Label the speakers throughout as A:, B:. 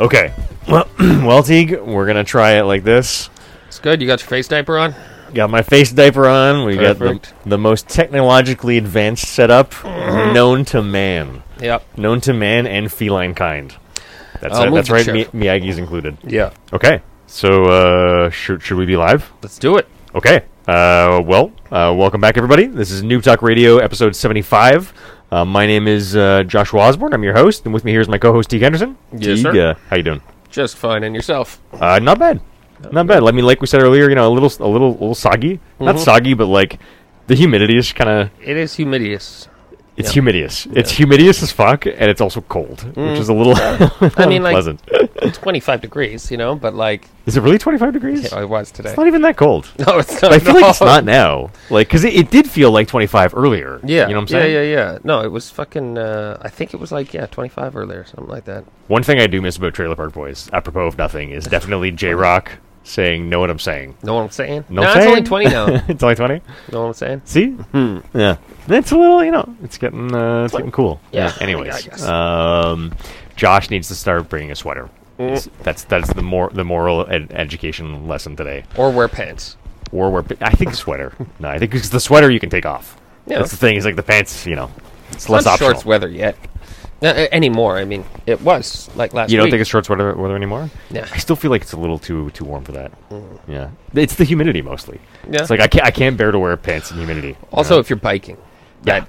A: Okay. Well, well, Teague, we're gonna try it like this.
B: It's good. You got your face diaper on.
A: Got my face diaper on. We got
B: Perfect. Mm-hmm.
A: the, the most technologically advanced setup known to man,
B: Yep.
A: known to man and feline kind. That's
B: I'll
A: it.
B: move
A: that's
B: the
A: right.
B: chair.
A: Mi- Miyagi's included.
B: Yeah.
A: Okay. So uh, should should we be live?
B: Let's do it.
A: Okay. Uh, well, uh, welcome back, everybody. This is Noob Talk Radio, episode 75. Uh, my name is uh, Joshua Osborne. I'm your host, and with me here is my co-host, Teague Henderson. Teague,
B: Yes, sir.
A: Uh, how you doing?
B: Just fine. And yourself.
A: Uh, not bad. Not bad. Let me, like we said earlier, you know, a little, a little, a little soggy. Not
B: Mm-hmm.
A: soggy, but like the humidity is kind of.
B: It is humidious.
A: It's humidious. It's humidious as fuck, and it's also cold, which is a little
B: Mm. I mean, like
A: unpleasant.
B: 25 degrees, you know, but like
A: is it really 25 degrees?
B: it was today.
A: it's not even that cold.
B: No, it's not.
A: I feel like it's
B: No.
A: not now. Like, because it, it did feel like 25 earlier.
B: Yeah.
A: You know what I'm saying?
B: Yeah, yeah, yeah. No, it was fucking. Uh, I think it was like yeah, 25 earlier, something like that.
A: One thing I do miss about Trailer Park Boys, apropos of nothing, is definitely J Rock saying, Know what I'm saying.
B: Know what I'm saying?
A: Know
B: no,
A: what
B: it's
A: I'm
B: only
A: saying?
B: 20 now. know
A: it's only 20?
B: what I'm saying?
A: See?
B: Hmm.
A: Yeah. It's a little, you know, it's getting uh, it's getting cool.
B: Yeah, I
A: Anyways,
B: guess.
A: um, Josh needs to start bringing a sweater.
B: Mm.
A: It's- That's that's the more the moral ed- education lesson today.
B: Or wear pants.
A: Or wear, I think sweater. no, I think it's the sweater you can take off.
B: Yeah.
A: That's the thing. Is like the pants, you know, it's
B: Not
A: less optional.
B: shorts weather yet. No, a- anymore. I mean, it was like last.
A: You don't
B: week.
A: think it's shorts weather, weather anymore?
B: Yeah. Mm.
A: I still feel like it's a little too too warm for that. Yeah. It's the humidity mostly.
B: Yeah.
A: It's like I can't I can't bear to wear pants in humidity. you
B: Also,
A: know?
B: if you're biking,
A: Yeah.
B: that,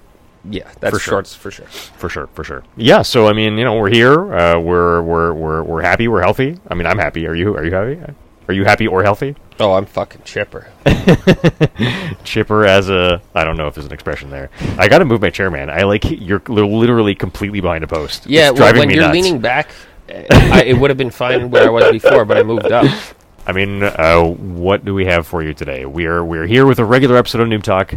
B: yeah, that's
A: For sure.
B: shorts for sure.
A: for sure, for sure. Yeah. So I mean, you know, we're here. Uh, we're we're we're we're happy. We're healthy. I mean, I'm happy. Are you? Are you happy? Are you happy or healthy?
B: Oh, I'm fucking chipper.
A: Chipper as a I don't know if there's an expression there. I got to move my chair, man. I like you're li- literally completely behind a post.
B: Yeah,
A: It's
B: well,
A: driving
B: when
A: me
B: you're
A: nuts.
B: leaning back, eh, I, it would have been fine where I was before, but I moved up.
A: I mean, uh, what do we have for you today? We're we're here with a regular episode of Noob Talk.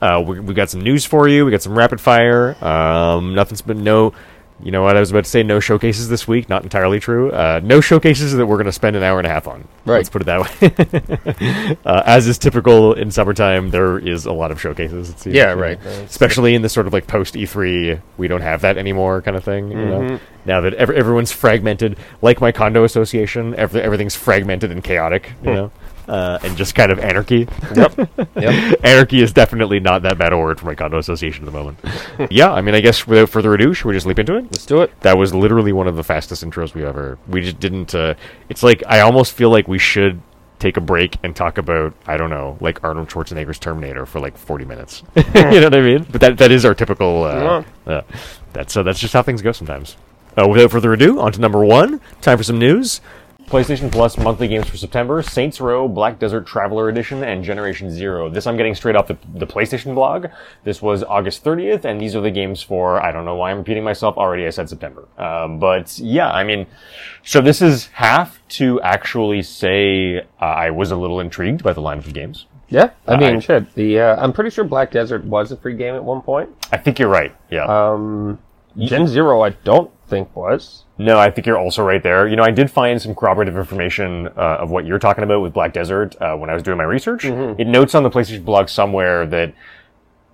A: Uh, we we got some news for you. We got some rapid fire. Um, nothing's been no. You know what I was about to say? No showcases this week. Not entirely true. Uh, no showcases that we're going to spend an hour and a half on.
B: Right.
A: Let's put it that way. uh, as is typical in summertime, there is a lot of showcases. It seems,
B: Yeah,
A: you know.
B: right.
A: Especially in the sort of like post E3, we don't have that anymore kind of thing. You
B: Mm-hmm.
A: know? Now that ev- everyone's fragmented, like my condo association, ev- everything's fragmented and chaotic.
B: Hmm.
A: You know, uh, and just kind of anarchy.
B: Yep.
A: anarchy is definitely not that bad a word for my condo association at the moment. yeah, I mean, I guess without further ado, should we just leap into it?
B: Let's do it.
A: That was literally one of the fastest intros we ever. We just didn't. Uh, it's like I almost feel like we should take a break and talk about I don't know, like Arnold Schwarzenegger's Terminator for like forty minutes. you know what I mean? But that that is our typical. Uh, uh, that's so. That's just how things go sometimes. Uh, without further ado, on to number one. Time for some news. PlayStation Plus monthly games for September: Saints Row, Black Desert Traveler Edition, and Generation Zero. This I'm getting straight off the, the PlayStation blog. This was August 30th, and these are the games for. I don't know why I'm repeating myself already. I said September, um, but yeah, I mean, so this is half to actually say uh, I was a little intrigued by the lineup of games.
B: Yeah, I mean,
A: I-
B: shit. The uh, I'm pretty sure Black Desert was a free game at one point. Um,
A: I think you're right. Yeah.
B: Gen Zero, I don't think was.
A: No, I think you're also right there. You know, I did find some corroborative information uh, of what you're talking about with Black Desert uh, when I was doing my research.
B: Mm-hmm.
A: It notes on the PlayStation blog somewhere that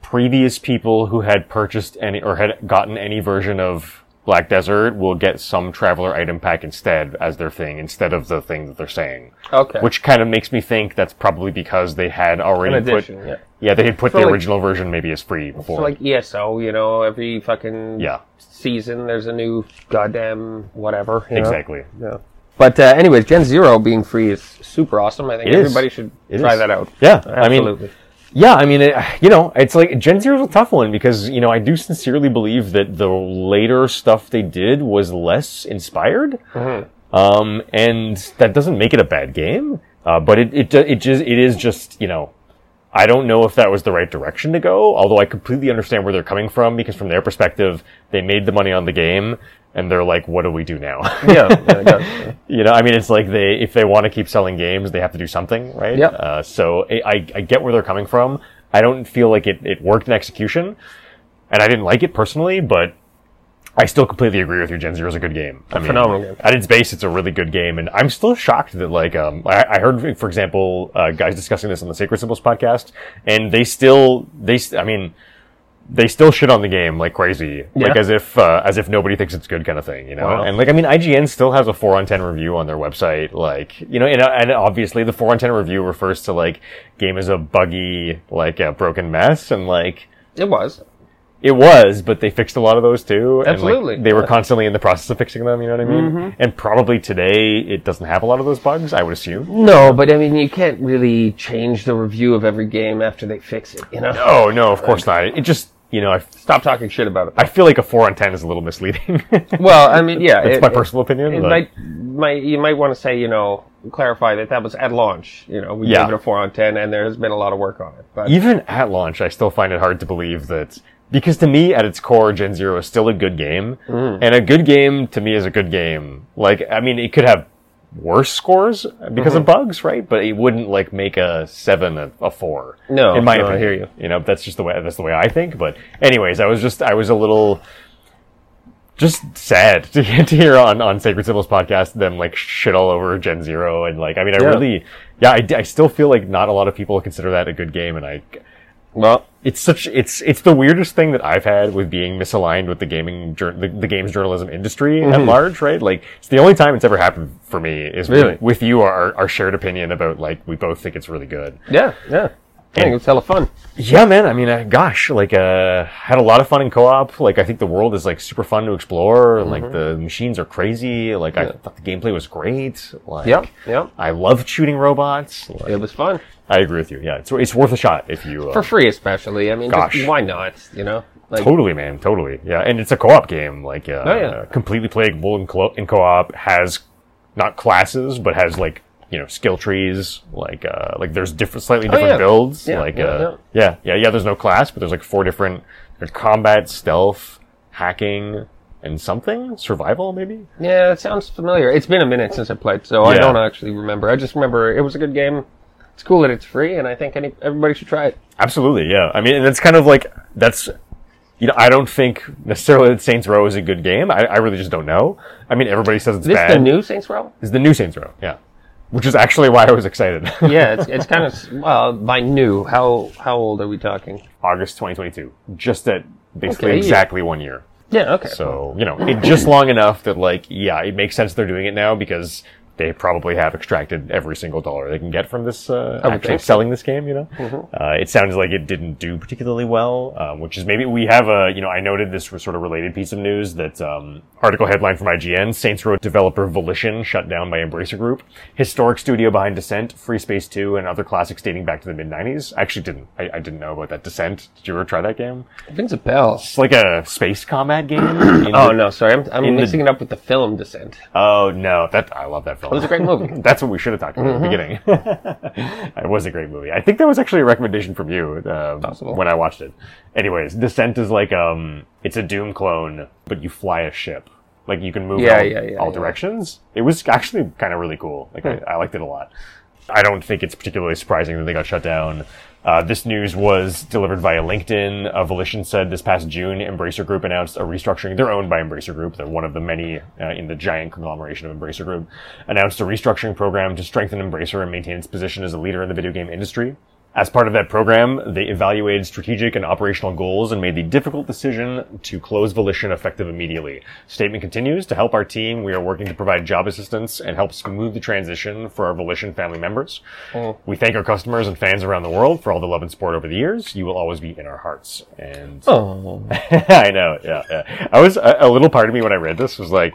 A: previous people who had purchased any or had gotten any version of Black Desert will get some traveler item pack instead as their thing instead of the thing that they're saying.
B: Okay.
A: Which kind of makes me think that's probably because they had already
B: In addition,
A: put
B: yeah.
A: they had put
B: So
A: the
B: like-
A: original version maybe as free before.
B: So like ESO, you know, every fucking
A: Yeah.
B: season there's a new goddamn whatever. you know?
A: exactly.
B: Yeah. But uh, anyways, Gen Zero being free is super awesome. I think
A: It is.
B: everybody should
A: It
B: try
A: is.
B: that out.
A: Yeah, I mean
B: Absolutely.
A: Yeah, I mean, it, you know, it's like Gen Zero is a tough one because you know I do sincerely believe that the later stuff they did was less inspired, um, and that doesn't make it a bad game. Uh, but it it do- it just it is just you know, I don't know if that was the right direction to go. Although I completely understand where they're coming from because from their perspective, they made the money on the game and they're like, what do we do now?
B: yeah, yeah, yeah.
A: You know, I mean, it's like they if they want to keep selling games, they have to do something, right?
B: Yep.
A: Uh, so I, I I get where they're coming from. I don't feel like it, it worked in execution, and I didn't like it personally, but I still completely agree with you. Gen Zero is a good game. I mean,
B: phenomenal game.
A: At its base, it's a really good game, and I'm still shocked that like um I, I heard for example uh, guys discussing this on the Sacred Symbols podcast, and they still they st- I mean they still shit on the game like crazy, like
B: Yeah.
A: as if uh, as if nobody thinks it's good, kind of thing, you know.
B: Wow.
A: And like, I mean, IGN still has a four on ten review on their website, like you know, and, uh, and obviously the four on ten review refers to like game as a buggy, like a broken mess, and like
B: It was.
A: it was, but they fixed a lot of those too. and, like,
B: Absolutely. Uh, Mm-hmm.
A: they were constantly in the process of fixing them. You know what I mean? And probably today it doesn't have a lot of those bugs. I would assume.
B: No, but I mean, you can't really change the review of every game after they fix it. You know.
A: Oh no, of course not. It just you know, I,
B: Stop talking shit about it.
A: I feel like a four on ten is a little misleading. That's
B: Well, I mean, yeah, it-
A: my
B: it-
A: personal opinion.
B: It
A: but-
B: might, might, you might want to say, you know, clarify that that was at launch. You know, we
A: Yeah.
B: gave it a four on ten, and there's been a lot of work on it. But
A: even at launch, I still find it hard to believe that because to me, at its core, Gen Zero is still a good game,
B: Mm.
A: and a good game to me is a good game. Like, I mean, it could have worse scores because
B: Mm-hmm.
A: of bugs, right? But it wouldn't like make a seven a, a four.
B: No,
A: in my
B: no, I
A: opinion,
B: hear you.
A: You know, that's just the way that's the way I think. But anyways, I was just I was a little just sad to, to hear on, on Sacred Symbols podcast them like shit all over Gen Zero and like I mean I
B: Yeah.
A: really yeah I, d- I still feel like not a lot of people consider that a good game and I
B: well,
A: it's such it's it's the weirdest thing that I've had with being misaligned with the gaming jour- the, the games journalism industry at
B: Mm-hmm.
A: large right like it's the only time it's ever happened for me is with-
B: Really?
A: with, you our our shared opinion about like we both think it's really good
B: yeah, yeah. I think it was hella fun.
A: yeah, man. I mean, uh, gosh, like, uh, had a lot of fun in co-op. Like, I think the world is like super fun to explore.
B: Mm-hmm.
A: and Like, the machines are crazy. Like, I thought the gameplay was great. Like,
B: Yep, yep.
A: I loved shooting robots. Like,
B: It was fun
A: I agree with you. Yeah, it's it's worth a shot if you. Uh,
B: for free, especially. I mean,
A: Gosh.
B: just, why not? You know, like
A: Totally, man. Totally. Yeah, and it's a co-op game. Like, uh,
B: Oh, yeah.
A: uh, completely playable in, co- in co-op. Has not classes, but has like you know skill trees. Like, uh, like there's different, slightly different
B: Oh, yeah.
A: builds.
B: Yeah,
A: like,
B: yeah,
A: uh, yeah. yeah, yeah, There's no class, but there's like four different. There's combat, stealth, hacking, and something survival, maybe.
B: yeah, it sounds familiar. It's been a minute since I played, so I
A: Yeah.
B: don't actually remember. I just remember it was a good game. It's cool that it's free, and I think any, everybody should try it.
A: Absolutely, yeah. I mean, and that's kind of like that's. You know, I don't think necessarily that Saints Row is a good game. I, I really just don't know. I mean, everybody says it's
B: This
A: bad.
B: the new Saints Row?
A: is the new Saints Row. Yeah, which is actually why I was excited.
B: Yeah, it's, it's kind of well by new. How how old are we talking?
A: August 2022, just at basically
B: Okay, yeah.
A: exactly one year.
B: Yeah, okay.
A: So you know, it just long enough that like, yeah, it makes sense they're doing it now because they probably have extracted every single dollar they can get from this uh, actually
B: would think so. Mm-hmm.
A: selling this game. You know, uh, it sounds like it didn't do particularly well, um, which is maybe we have a you know I noted this was sort of related piece of news that um, article headline from IGN: Saints Row developer Volition shut down by Embracer Group, historic studio behind Descent, Free Space Two, and other classics dating back to the mid '90s. I actually didn't I, I didn't know about that Descent. Did you ever try that game?
B: Rings a bell.
A: It's like a space combat game. in
B: Oh no, sorry, I'm, I'm
A: the-
B: mixing it up with the film Descent.
A: Oh no, that I love that film.
B: It was a great movie. Mm-hmm.
A: That's what we should have talked about at the beginning. it was a great movie. I think that was actually a recommendation from you uh,
B: Possible.
A: when I watched it. Anyways, Descent is like um, it's a Doom clone, but you fly a ship. Like you can move in
B: Yeah,
A: all,
B: yeah, yeah, Hmm.
A: all
B: yeah.
A: directions. It was actually kind of really cool. Like I, I liked it a lot. I don't think it's particularly surprising that they got shut down. Uh, this news was delivered via LinkedIn. Uh, Volition said this past June, Embracer Group announced a restructuring. They're owned by Embracer Group. They're one of the many uh, in the giant conglomeration of Embracer Group. Announced a restructuring program to strengthen Embracer and maintain its position as a leader in the video game industry. As part of that program, they evaluated strategic and operational goals and made the difficult decision to close Volition effective immediately. Statement continues, to help our team, we are working to provide job assistance and help smooth the transition for our Volition family members. We thank our customers and fans around the world for all the love and support over the years. You will always be in our hearts. And
B: Oh,
A: I know. Yeah, yeah. I was a, a little part of me when I read this was like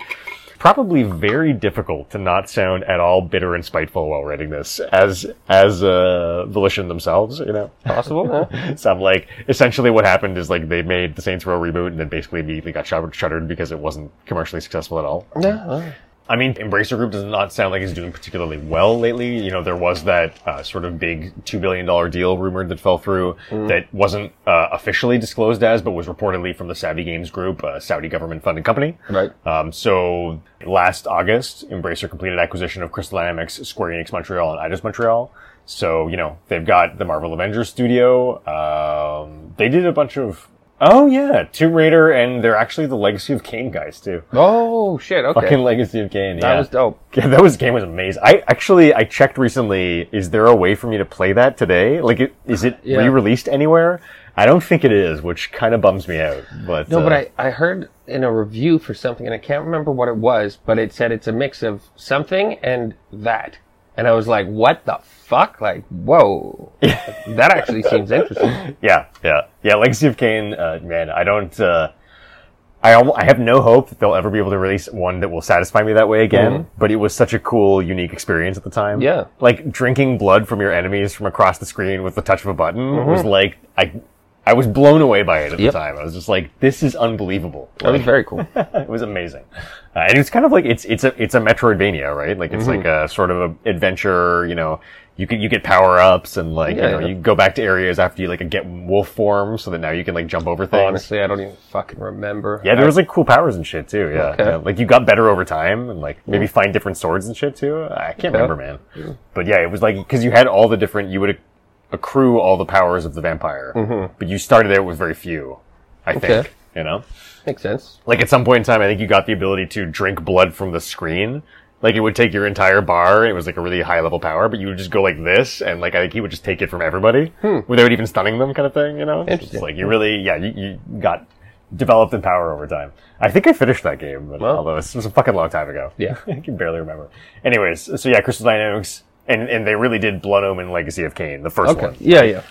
A: probably very difficult to not sound at all bitter and spiteful while reading this as as uh, volition themselves. You know,
B: possible. huh?
A: so I'm like essentially what happened is like they made the Saints Row reboot and then basically immediately got shut- shuttered because it wasn't commercially successful at all.
B: Yeah. well,
A: I mean, Embracer Group does not sound like it's doing particularly well lately. You know, there was that uh, sort of big two billion dollar deal rumored that fell through
B: Mm.
A: that wasn't uh, officially disclosed as, but was reportedly from the Saudi Games Group, a Saudi government funded company.
B: Right.
A: Um, so last August, Embracer completed acquisition of Crystal Dynamics, Square Enix Montreal, and Idos Montreal. So you know they've got the Marvel Avengers studio. Um, they did a bunch of Oh yeah, Tomb Raider, and they're actually the Legacy of Kane guys too.
B: Oh shit! Okay,
A: Fucking Legacy of Kane. Yeah.
B: that was dope.
A: Yeah, that was game was amazing. I actually I checked recently. Is there a way for me to play that today? Like, it, is it
B: Yeah.
A: re-released anywhere? I don't think it is, which kind of bums me out. But
B: No,
A: uh,
B: but I, I heard in a review for something, and I can't remember what it was, but it said it's a mix of something and that. And I was like, what the fuck? Like, whoa. that actually seems interesting.
A: yeah, yeah, yeah. Legacy of Kane, uh, man, I don't. Uh, I almo- I have no hope that they'll ever be able to release one that will satisfy me that way again. But it was such a cool, unique experience at the time.
B: Mm-hmm. Yeah.
A: like drinking blood from your enemies from across the screen with the touch of a button was like I. I was blown away by it at
B: Mm-hmm. Yep.
A: the time. I was just like, "This is unbelievable."
B: That was very cool.
A: it was amazing, uh, and it's kind of like it's it's a it's a Metroidvania, right? Like
B: Mm-hmm.
A: it's like a sort of a adventure. You know, you can you get power ups and like
B: Yeah,
A: you know
B: yeah.
A: you go back to areas after you like get wolf form, so that now you can like jump over things.
B: Honestly, I don't even fucking remember. Uh,
A: Yeah, there was like cool powers and shit too. Yeah,
B: Okay. Mm-hmm.
A: Yeah, like you got better over time and like maybe find different swords and shit too. I can't
B: Okay.
A: remember, man. But yeah, it was like because you had all the different you would accrue all the powers of the vampire, but you started out with very few. I
B: Mm-hmm. Okay.
A: think you know
B: Makes sense.
A: like at some point in time, I think you got the ability to drink blood from the screen. Like it would take your entire bar. It was like a really high level power, but you would just go like this, and like I think he would just take it from everybody without even stunning them, kind of thing. You know,
B: Hmm. Interesting.
A: It's like you really, yeah, you, you got developed in power over time. I think I finished that game, but
B: Wow.
A: although it was a fucking long time ago.
B: Yeah.
A: I can barely remember. Anyways, so yeah, Crystal Dynamics, and and they really did Blood Omen Legacy of Kain, the first
B: Okay.
A: one.
B: Yeah, yeah.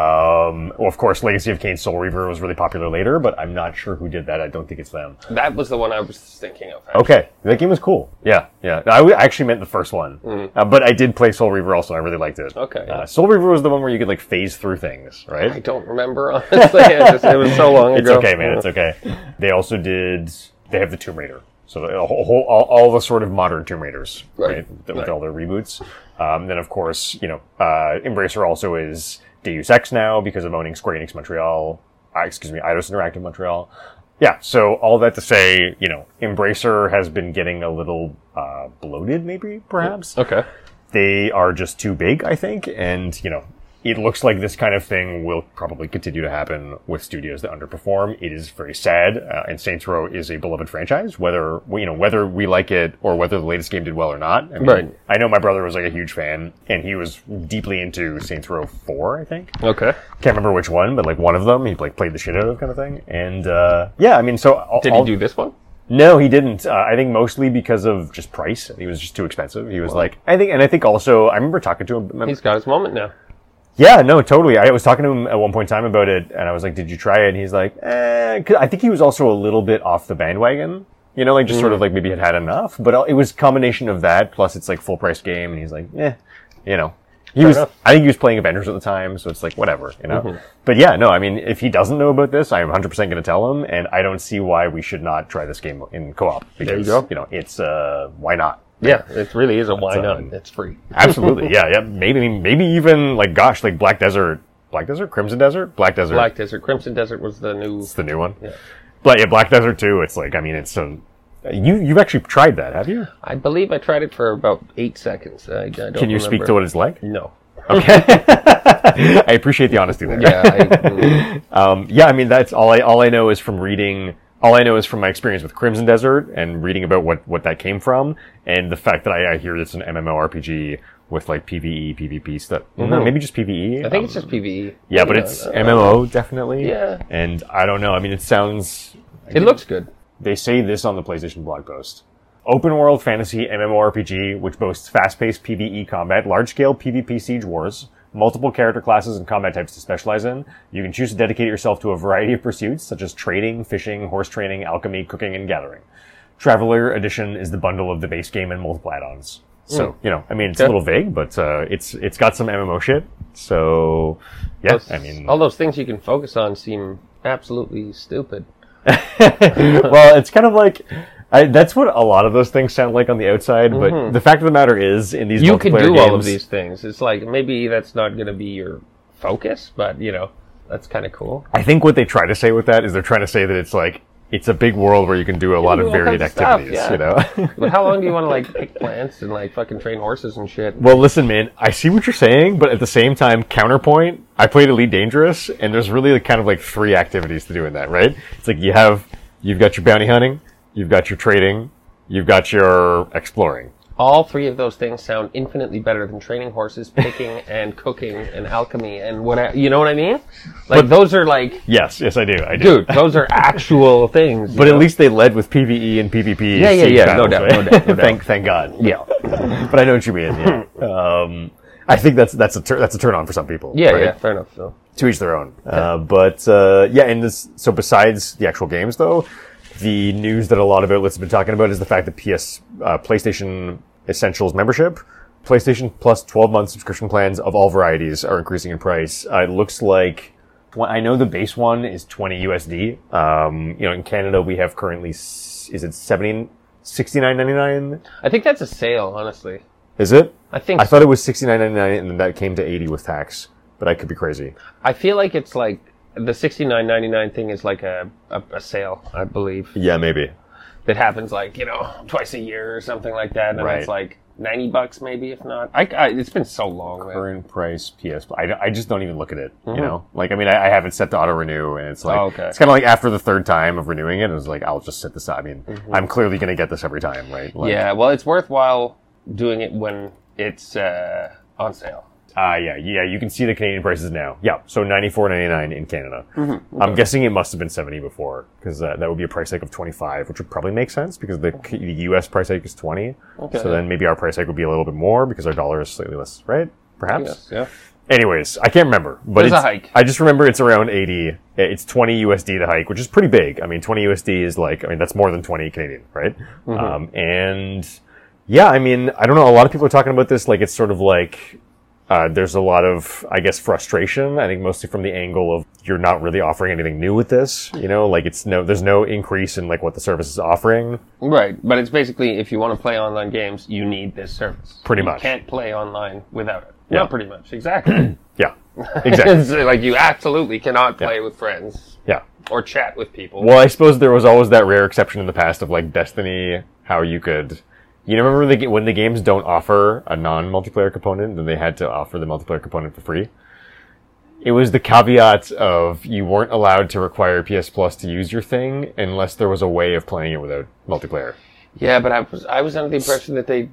A: Um, well, of course, Legacy of Kain Soul Reaver was really popular later, but I'm not sure who did that. I don't think it's them.
B: That was the one I was thinking of.
A: Okay, that game was cool. Yeah, yeah. I w- actually meant the first one, uh, but I did play Soul Reaver also. and I really liked it.
B: Mm-hmm. Okay, yeah.
A: Uh, Soul Reaver was the one where you could like phase through things, right?
B: I don't remember, honestly. I just, it was so long
A: it's
B: ago.
A: okay, man. It's okay. They also did. They have the Tomb Raider, so a whole, whole, all, all the sort of modern Tomb Raiders, right?
B: Right,
A: With
B: right.
A: all their reboots. Um, then, of course, you know, uh, Embracer also is Deus Ex now because of owning Square Enix Montreal. Uh, excuse me, Eidos Interactive Montreal. Yeah. So all that to say, you know, Embracer has been getting a little uh, bloated, maybe, perhaps
B: Okay.
A: they are just too big, I think, and you know, it looks like this kind of thing will probably continue to happen with studios that underperform. It is very sad, uh, and Saints Row is a beloved franchise, whether you know whether we like it or whether the latest game did well or not. I mean,
B: Right.
A: I know my brother was like a huge fan, and he was deeply into Saints Row Four, I think
B: Okay.
A: can't remember which one, but like one of them, he like played the shit out of kind of thing. And uh, yeah, I mean, so all,
B: Did
A: all-
B: he do this one?
A: No, he didn't. Uh, I think mostly because of just price. He was just too expensive. He was like, I think, and I think also, I remember talking to him.
B: He's got his moment now.
A: yeah, no, totally. I was talking to him at one point in time about it, and I was like, "Did you try it?" And he's like, eh. 'Cause I think he was also a little bit off the bandwagon. You know, like just
B: Mm.
A: sort of like maybe had had enough, but it was a combination of that plus it's like full price game, and he's like, eh, you know. He was,
B: enough. Mm-hmm.
A: I think he was playing Avengers at the time, so it's like whatever, you know. But yeah, no, I mean, if he doesn't know about this, I'm 100% going to tell him, and I don't see why we should not try this game in co-op because
B: go.
A: you know it's uh, why not?
B: Yeah, it really is a why
A: not?
B: not? It's free.
A: Absolutely, yeah, yeah. Maybe, maybe even like, gosh, like Black Desert, Black Desert, Crimson Desert, Black Desert.
B: Black Desert, Crimson Desert was the new.
A: It's the new one. But yeah, Black Desert too. It's like, I mean, it's so. You you've actually tried that, have you?
B: I believe I tried it for about eight seconds. I, I don't
A: Can you speak to what it's like?
B: No.
A: Okay. I appreciate the honesty there.
B: Yeah. I,
A: Um, yeah, I mean that's all I all I know is from reading. All I know is from my experience with Crimson Desert and reading about what what that came from, and the fact that I, I hear it's an MMORPG with like E, PVE, PvP stuff. No, maybe just E. PVE.
B: Mm-hmm. I think it's just PVE.
A: yeah, but
B: You know,
A: it's
B: uh,
A: MMO definitely.
B: Yeah.
A: and I don't know. I mean, it sounds.
B: It looks good.
A: They say this on the PlayStation blog post. Open world fantasy MMORPG, which boasts fast paced PvE E combat, large scale PvP siege wars, multiple character classes and combat types to specialize in. You can choose to dedicate yourself to a variety of pursuits, such as trading, fishing, horse training, alchemy, cooking, and gathering. Traveler Edition is the bundle of the base game and multiple add ons. So, you know, I mean, it's a
B: Okay.
A: little vague, but uh, it's it's got some MMO shit. So, yeah, I mean,
B: all those things you can focus on seem absolutely stupid.
A: well, it's kind of like I, that's what a lot of those things sound like on the outside. But the fact of the matter is, in these
B: Mm-hmm. You can
A: multiplayer
B: do all of
A: games-
B: these things. It's like maybe that's not going to be your focus, but you know that's kind of cool.
A: I think what they try to say with that is they're trying to say that it's like
C: it's a big world where you can do a lot
B: do
C: of
B: all
C: varied
B: kinds of stuff,
C: activities.
B: yeah.
C: You know.
B: But how long do you want to like pick plants and like fucking train horses and shit?
C: Well, listen, man, I see what you're saying, but at the same time, counterpoint, I played Elite Dangerous, and there's really like, kind of like three activities to do in that, right? It's like you have, you've got your bounty hunting, you've got your trading, you've got your exploring.
B: All three of those things sound infinitely better than training horses, picking and cooking and alchemy and what I- you know what I mean? Like those are like
C: Yes, yes, I do, I do.
B: dude, those are actual things.
C: but at least they led with PVE and PvP.
B: Yeah, yeah,
C: siege
B: yeah, no
C: battles,
B: doubt,
C: right?
B: no doubt, no doubt.
C: thank, thank God.
B: yeah.
C: But I know what you mean. Yeah. um, I think that's that's a tur- that's a turn on for some people.
B: Yeah,
C: right?
B: yeah, fair enough though.
C: to each their own. Uh, but uh, yeah, and this, so besides the actual games, though, the news that a lot of outlets have been talking about is the fact that PS uh, PlayStation Essentials membership, PlayStation Plus 12 month subscription plans of all varieties are increasing in price. Uh, it looks like. well, I know the base one is 20 USD. Um, you know, in Canada we have currently s- is it 70 69.99?
B: I think that's a sale, honestly.
C: Is it?
B: I think
C: I thought it was 69.99 and then that came to 80 with tax, but I could be crazy.
B: I feel like it's like the sixty nine ninety nine thing is like a, a, a sale, I believe.
C: Yeah, maybe.
B: That happens like, you know, twice a year or something like that. And
C: Right.
B: it's like ninety bucks maybe if not. I, I it's been so long, man.
A: current price PS. I, don't- I just don't even look at it.
C: you know like i mean i, I have it set to auto renew and it's like
B: Mm-hmm. Oh, okay.
C: it's kind of like after the third time of renewing it it was like i'll just set this i mean i'm clearly going to get this every time right like,
B: Mm-hmm. yeah, well, it's worthwhile doing it when it's uh, on sale.
A: Ah, yeah, yeah. You can see the Canadian prices now. Yeah, so ninety four ninety nine in Canada.
B: Mm-hmm.
A: I'm guessing it must have been seventy before because uh, that would be a price hike of twenty five, which would probably make sense because the, K- the U.S. price hike is twenty.
B: Okay.
A: So then maybe our price hike would be a little bit more because our dollar is slightly less, right? Perhaps.
B: Yes, yeah.
A: Anyways, I can't remember, but
B: There's a
A: it's,
B: hike.
A: I just remember it's around eighty. It's twenty USD the hike, which is pretty big. I mean, twenty USD is like I mean that's more than twenty Canadian, right?
B: Mm-hmm.
A: Um, and yeah, I mean, I don't know. A lot of people are talking about this like it's sort of like uh, there's a lot of, I guess, frustration. I think mostly from the angle of you're not really offering anything new with this. You know, like it's no, there's no increase in like what the service is offering.
B: Right, but it's basically if you want to play online games, you need this service.
A: Pretty
B: You
A: much.
B: can't play online without it.
A: Yeah.
B: Yeah, pretty much. Exactly.
A: Yeah, exactly.
B: It's like you absolutely cannot play with friends
A: yeah.
B: or chat with people.
A: Well, I suppose there was always that rare exception in the past of like Destiny, how you could, you know, remember the, ga- when the games don't offer a non-multiplayer component, then they had to offer the multiplayer component for free. It was the caveat of you weren't allowed to require PS Plus to use your thing unless there was a way of playing it without multiplayer.
B: Yeah, but I was I was under the impression that they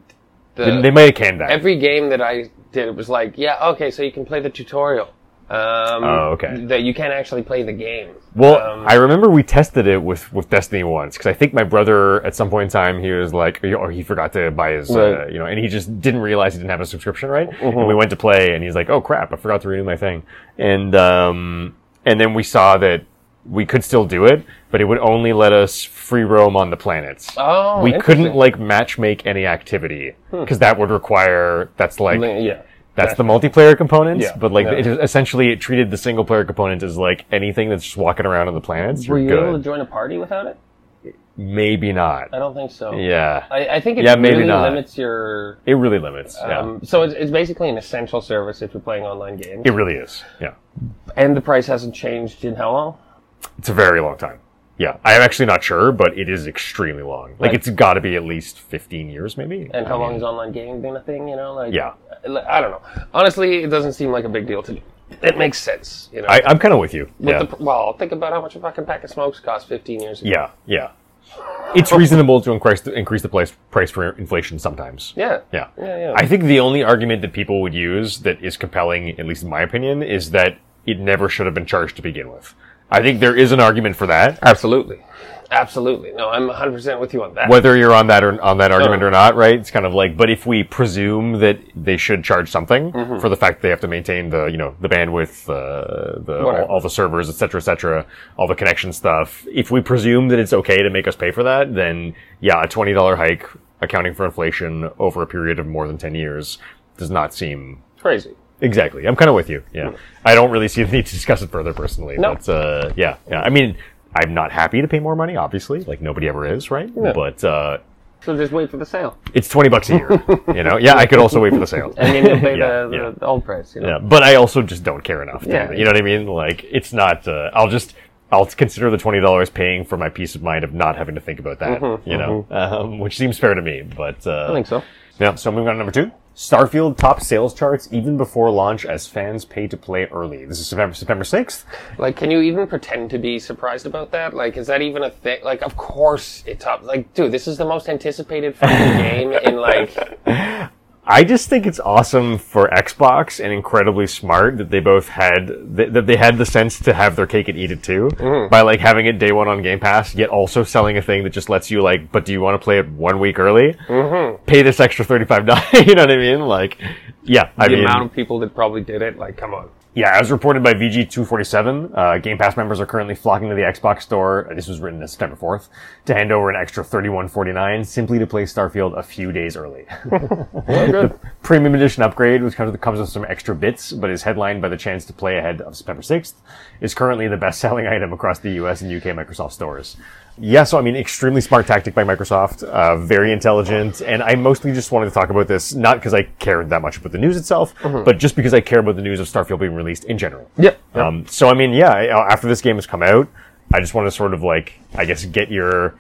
B: the,
A: They- they might have canned that.
B: every game that I did it was like, yeah, okay, so you can play the tutorial. Um,
A: Oh, okay.
B: That you can't actually play the game.
A: well,
B: um,
A: I remember we tested it with, with Destiny once because I think my brother at some point in time he was like, or he forgot to buy his, uh,
B: Right. Mm-hmm.
A: you know, and he just didn't realize he didn't have a subscription, right? And we went to play, and he's like, oh crap, I forgot to renew my thing, and um, and then we saw that we could still do it, but it would only let us free roam on the planets.
B: Oh,
A: we couldn't
B: interesting. Hmm.
A: like match make any activity because that would require that's like
B: yeah.
A: That's the multiplayer component,
B: Yeah.
A: but like
B: Yeah.
A: it is- essentially it treated the single player component as like anything that's just walking around on the planets.
B: Were
A: You're
B: you able to Uh,
A: good.
B: join a party without it?
A: Maybe not.
B: I don't think so.
A: Yeah.
B: I, I think it
A: Yeah, maybe
B: really
A: not.
B: limits your.
A: It really limits. yeah.
B: Um, So it's, it's basically an essential service if you're playing online games.
A: It really is. Yeah.
B: and the price hasn't changed in how long?
A: It's a very long time. Yeah. I'm actually not sure, but it is extremely long. Like,
B: Like-
A: it's got to be at least 15 years maybe.
B: And how
A: I
B: long
A: mean,
B: has online gaming been a thing? You know, like
A: Yeah.
B: I don't know. Honestly, it doesn't seem like a big deal to me. It makes sense, you know.
A: I, I'm kind of with you.
B: With
A: yeah.
B: the pr- well, think about how much a fucking pack of smokes cost 15 years ago.
A: yeah. Yeah. It's reasonable to increase the, increase the price, price for inflation sometimes.
B: Yeah.
A: Yeah.
B: Yeah, yeah.
A: I think the only argument that people would use that is compelling, at least in my opinion, is that it never should have been charged to begin with. I think there is an argument for that.
B: Absolutely. Absolutely. No, I'm 100% with you on that.
A: Whether you're on that or on that argument
B: Oh.
A: or not, right? It's kind of like, but if we presume that they should charge something
B: Mm-hmm.
A: for the fact that they have to maintain the, you know, the bandwidth, uh, the all,
B: Whatever.
A: all the servers, et cetera, et cetera, all the connection stuff. If we presume that it's okay to make us pay for that, then yeah, a twenty dollar hike, accounting for inflation over a period of more than ten years, does not seem
B: Crazy.
A: Exactly. I'm kind of with you. Yeah. I don't really see the need to discuss it further personally.
B: No.
A: But, uh, yeah. Yeah. I mean, I'm not happy to pay more money, obviously. Like nobody ever is, right? But, uh,
B: So just wait for the sale.
A: it's 20 bucks a year. you know? Yeah. I could also wait for the sale.
B: And then you'll pay
A: Yeah,
B: the,
A: yeah.
B: the old price, you know.
A: Yeah. But I also just don't care enough. to-
B: Yeah.
A: You know what I mean? Like, it's not, uh, I'll just,
C: I'll consider the twenty dollars paying for my peace of mind of not having to think about that. you know, um, which seems fair to me. But uh,
B: Mm-hmm. I think so.
C: Yeah.
A: So moving on to number two. Starfield top sales charts even before launch as fans pay to play early. This is September, September 6th.
B: Like, can you even pretend to be surprised about that? Like, is that even a thing? Like, of course it top. Like, dude, this is the most anticipated fucking game in like.
C: I just think it's awesome for Xbox and incredibly smart that they both had th- that they had the sense to have their cake and eat it too
B: Mm.
C: by like having it day one on Game Pass, yet also selling a thing that just lets you like, but do you want to play it one week early? Mm-hmm. Pay this extra thirty five dollars. you know what I mean? Like, yeah, I
B: The
C: mean,
B: amount of people that probably did it, like, come on.
A: Yeah, as reported by VG247, uh, Game Pass members are currently flocking to the Xbox store, uh, this was written as September 4th, to hand over an extra 31.49 simply to play Starfield a few days early. the premium edition upgrade, which comes with, comes with some extra bits, but is headlined by the chance to play ahead of September 6th, is currently the best-selling item across the US and UK Microsoft stores. Yeah, so I mean, extremely smart tactic by Microsoft, uh, very intelligent, and I mostly just wanted to talk about this not because I cared that much about the news itself, but just because I care about the news of Starfield being released in general.
B: Yep.
A: Um, so I mean, yeah, I- uh, after this game has come out, I just want to sort of like, I guess, get your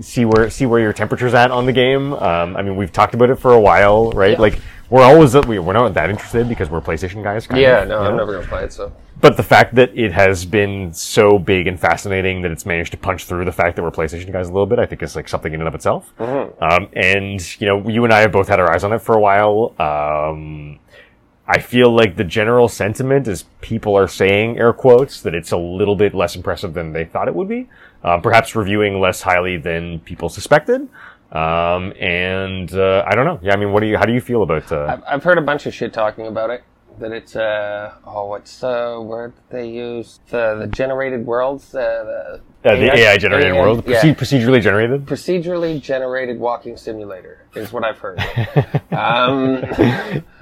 A: see where see where your temperature's at on the game. Um, I mean, we've talked about it for a while, right?
B: Yeah.
A: Like we're always we- we're not that interested because we're PlayStation guys. Kind
B: Yeah,
A: of,
B: no,
A: you
B: I'm
A: know?
B: never gonna play it. So
A: But the fact that it has been so big and fascinating that it's managed to punch through the fact that we're PlayStation guys a little bit, I think is like something in and of itself. Um, and you know, you and I have both had our eyes on it for a while. Um, I feel like the general sentiment is people are saying air quotes that it's a little bit less impressive than they thought it would be. Uh, perhaps reviewing less highly than people suspected. Um, and uh, I don't know. Yeah, I mean, what do you? How do you feel about? Uh,
B: I've, I've heard a bunch of shit talking about it. That it's uh oh, what's the word they use? The the generated worlds, uh, the,
A: uh, the AI generated world,
B: yeah.
A: Proce- procedurally generated.
B: procedurally generated walking simulator is what I've heard. um,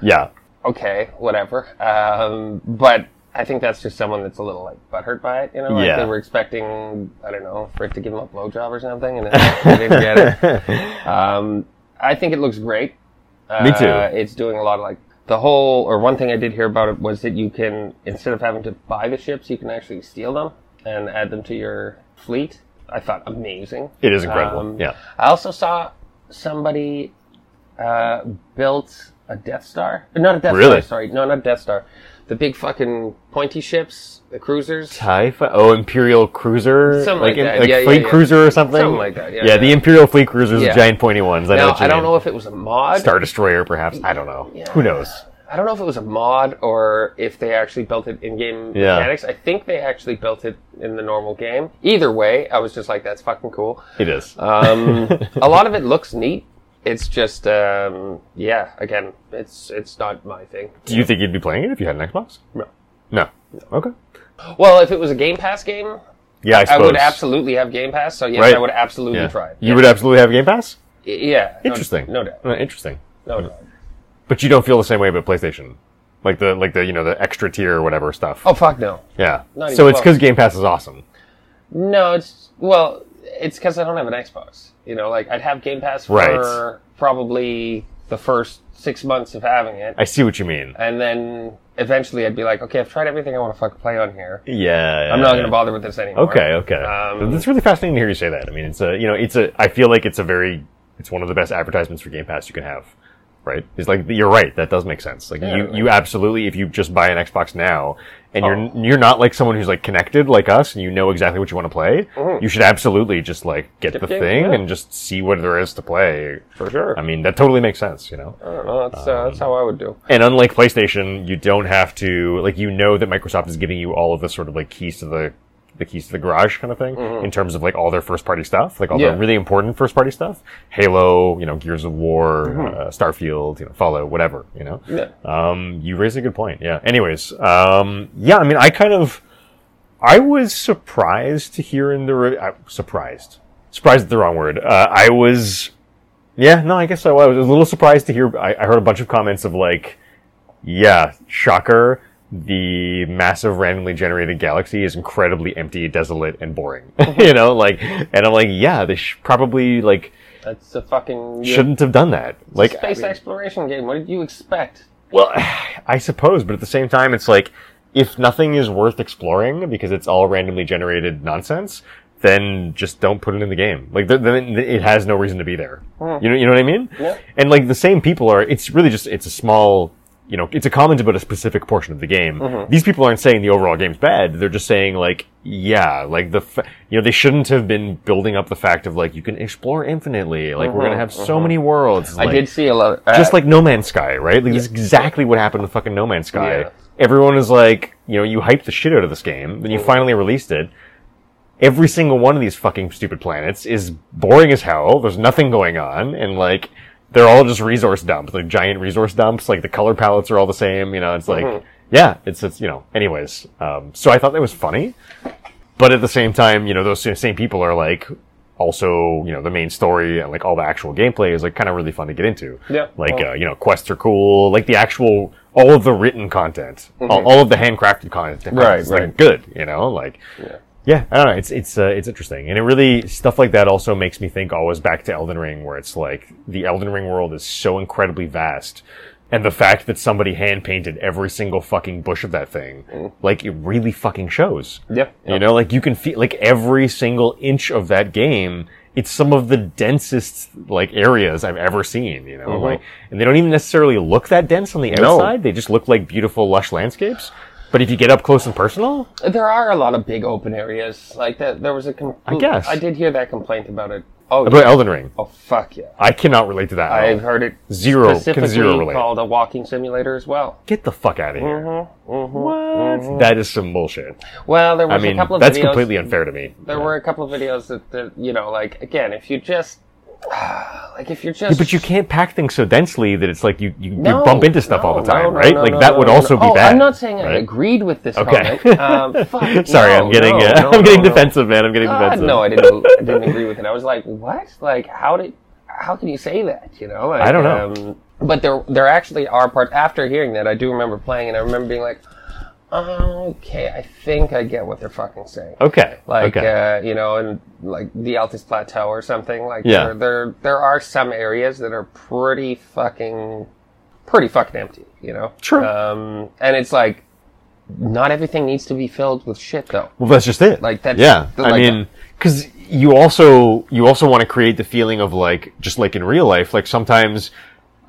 A: Yeah,
B: okay, whatever. Um, but I think that's just someone that's a little like butthurt by it, you know? Like
A: Yeah.
B: they were expecting, I don't know, for it to give them a blowjob or something, and then they didn't get it. Um, I think it looks great. Uh,
A: Me too.
B: It's doing a lot of like the whole, or one thing I did hear about it was that you can, instead of having to buy the ships, you can actually steal them and add them to your fleet. I thought amazing.
A: it is incredible.
B: Um,
A: yeah.
B: I also saw somebody uh, built a Death Star. Not a Death
A: Really?
B: Star, sorry. No, not a Death Star. The big fucking pointy ships, the cruisers.
A: Tie fi- oh Imperial Cruiser,
B: Something like
A: in-
B: that. Yeah, yeah,
A: Fleet
B: yeah.
A: Cruiser or something,
B: Something like that, yeah,
A: the
B: yeah.
A: Imperial Fleet Cruisers, the
B: Yeah.
A: giant pointy ones. I know
B: Now,
A: what you
B: I don't
A: mean.
B: know if it was a mod.
A: Star Destroyer, perhaps. I don't know. Who knows?
B: I don't know if it was a mod or if they actually built it in game
A: Yeah.
B: mechanics. I think they actually built it in the normal game. Either way, I was just like, that's fucking cool.
A: It is.
B: Um, a lot of it looks neat. It's just, um, yeah, again, it's it's not my thing.
A: Do you think you'd be playing it if you had an Xbox?
B: No.
A: No. Okay.
B: Well, if it was a Game Pass game,
A: Yeah, I
B: I
A: suppose.
B: would absolutely have Game Pass, so yes,
A: Right.
B: I would absolutely
A: Yeah.
B: try it.
A: You would absolutely have Game Pass.
B: Y- Yeah. no-
A: Interesting.
B: No, doubt.
A: Uh, interesting.
B: No doubt.
A: But you don't feel the same way about PlayStation, like the like the you know the extra tier or whatever stuff.
B: Oh fuck no.
A: yeah.
B: not even
A: So it's
B: close.
A: because Game Pass is awesome.
B: No, it's well, it's because I don't have an Xbox. You know, like I'd have Game Pass for
A: Right.
B: probably the first six months of having it,
A: I see what you mean.
B: and then eventually I'd be like, okay, I've tried everything I want to fucking play on here.
A: Yeah.
B: I'm not going to bother with this anymore.
A: Okay, okay.
B: Um,
A: That's really fascinating to hear you say that. I mean, it's a you know, it's a. I feel like it's a very, it's one of the best advertisements for Game Pass you can have, right? It's like you're right. That does make sense. Like you,
B: like- Oh.
A: you absolutely, if you just buy an Xbox now and you're you're not like someone who's like connected like us and you know exactly what you want to play, you should absolutely just like get the
B: Mm-hmm. game,
A: thing
B: yeah.
A: and just see what there is to play.
B: For sure.
A: I mean, that totally makes sense, you know.
B: I don't know. That's, uh,
A: Um,
B: that's how I would do.
A: And unlike PlayStation, you don't have to like you know that Microsoft is giving you all of the sort of like keys to the the keys to the garage kind of thing in terms of like all their first party stuff, like all
B: Yeah.
A: their really important first party stuff, Halo, you know, Gears of War, uh, Starfield, you know, Fallout, whatever, you know.
B: Yeah.
A: Um, you raise a good point. Yeah. Anyways, um, yeah, I mean, I kind of, I was surprised to hear in the re- I, surprised, surprised is the wrong word. Uh, I was, yeah, no, I guess I was, I was a little surprised to hear. I, I heard a bunch of comments of like, yeah, shocker. The massive randomly generated galaxy is incredibly empty, desolate, and boring. you know, like, and I'm like, yeah, they sh- probably like
B: That's a fucking
A: shouldn't have done that. Like,
B: space exploration game. What did you expect?
A: well, I suppose, but at the same time, it's like if nothing is worth exploring because it's all randomly generated nonsense, then just don't put it in the game. Like th- then it has no reason to be there. You know, you know what I mean?
B: Yeah.
A: And like the same people are. It's really just it's a small. You know, it's a comment about a specific portion of the game. These people aren't saying the overall game's bad. They're just saying like, yeah, like the, fa- you know, they shouldn't have been building up the fact of like you can explore infinitely. Like we're gonna have so many worlds.
B: I
A: like-
B: did see a lot. Of, uh,
A: just like No Man's Sky, right? Like this is exactly what happened with fucking No Man's Sky.
B: Yeah.
A: Everyone is like, you know, you hyped the shit out of this game, then you finally released it. Every single one of these fucking stupid planets is boring as hell. There's nothing going on, and like they're all just resource dumps, like giant resource dumps. Like the color palettes are all the same. You know, it's like yeah, it's it's you know. Anyways, um, so I thought that was funny, but at the same time, you know, those same people are like. Also, you know, the main story and like all the actual gameplay is like kind of really fun to get into
B: Yeah.
A: like
B: Well-
A: uh, you know quests are cool like the actual all of the written content
B: Mm-hmm.
A: all, all of the handcrafted content
B: Right,
A: is, like,
B: right.
A: good you know like yeah. i don't know it's it's uh, it's interesting and it really stuff like that also makes me think always back to elden ring where it's like the elden ring world is so incredibly vast and the fact that somebody hand painted every single fucking bush of that thing
B: Mm-hmm.
A: like it really fucking shows
B: yeah,
A: you know, like you can feel like every single inch of that game. It's some of the densest like areas I've ever seen. You know, like, and they don't even necessarily look that dense on the
B: Mm-hmm. No.
A: outside. They just look like beautiful, lush landscapes. But if you get up close and personal,
B: There are a lot of big open areas like that. There was a. Com- I
A: guess.
B: I did hear that complaint about it. Oh,
A: about Elden Ring,
B: oh fuck yeah!
A: I cannot relate to that. at all.
B: I've heard it
A: zero can
B: specifically
A: zero relate.
B: called Mm-hmm, a walking simulator as well.
A: Get the fuck out of here! What? That is some bullshit.
B: Well, there
A: I
B: was
A: mean,
B: mm-hmm. a couple of
A: that's
B: videos.
A: completely unfair to me.
B: There were a couple of videos that, that you know, like again, if you just like if you're just
A: Yeah, but you can't pack things so densely that it's like you, you, you
B: No,
A: bump into stuff
B: no,
A: all the
B: no,
A: time,
B: no,
A: right?
B: no,
A: like
B: no,
A: that
B: no,
A: would
B: no,
A: also
B: no.
A: be
B: oh,
A: bad.
B: I'm not saying I
A: right?
B: agreed with this
A: Okay.
B: comment. Um, fuck,
A: Sorry,
B: no,
A: I'm getting
B: no,
A: uh,
B: no,
A: I'm getting
B: no, no.
A: defensive, man. I'm getting
B: God,
A: defensive.
B: Uh, no, I didn't. I didn't agree with it. I was like, what? Like, how did? How can you say that? You know? Like,
A: I don't know.
B: Um, but there, there actually are parts. After hearing that, I do remember playing, and I remember being like, okay, I think I get what they're fucking saying.
A: Okay.
B: Like
A: okay.
B: uh, you know, and like the Altus Plateau or something. Like
A: Yeah.
B: there, there there are some areas that are pretty fucking pretty fucking empty, you know?
A: True.
B: Um and it's like not everything needs to be filled with shit though.
A: well, that's just it.
B: like, that's-
A: yeah.
B: the-
A: I
B: like- uh,
A: mean, because you also you also want to create the feeling of like just like in real life, like sometimes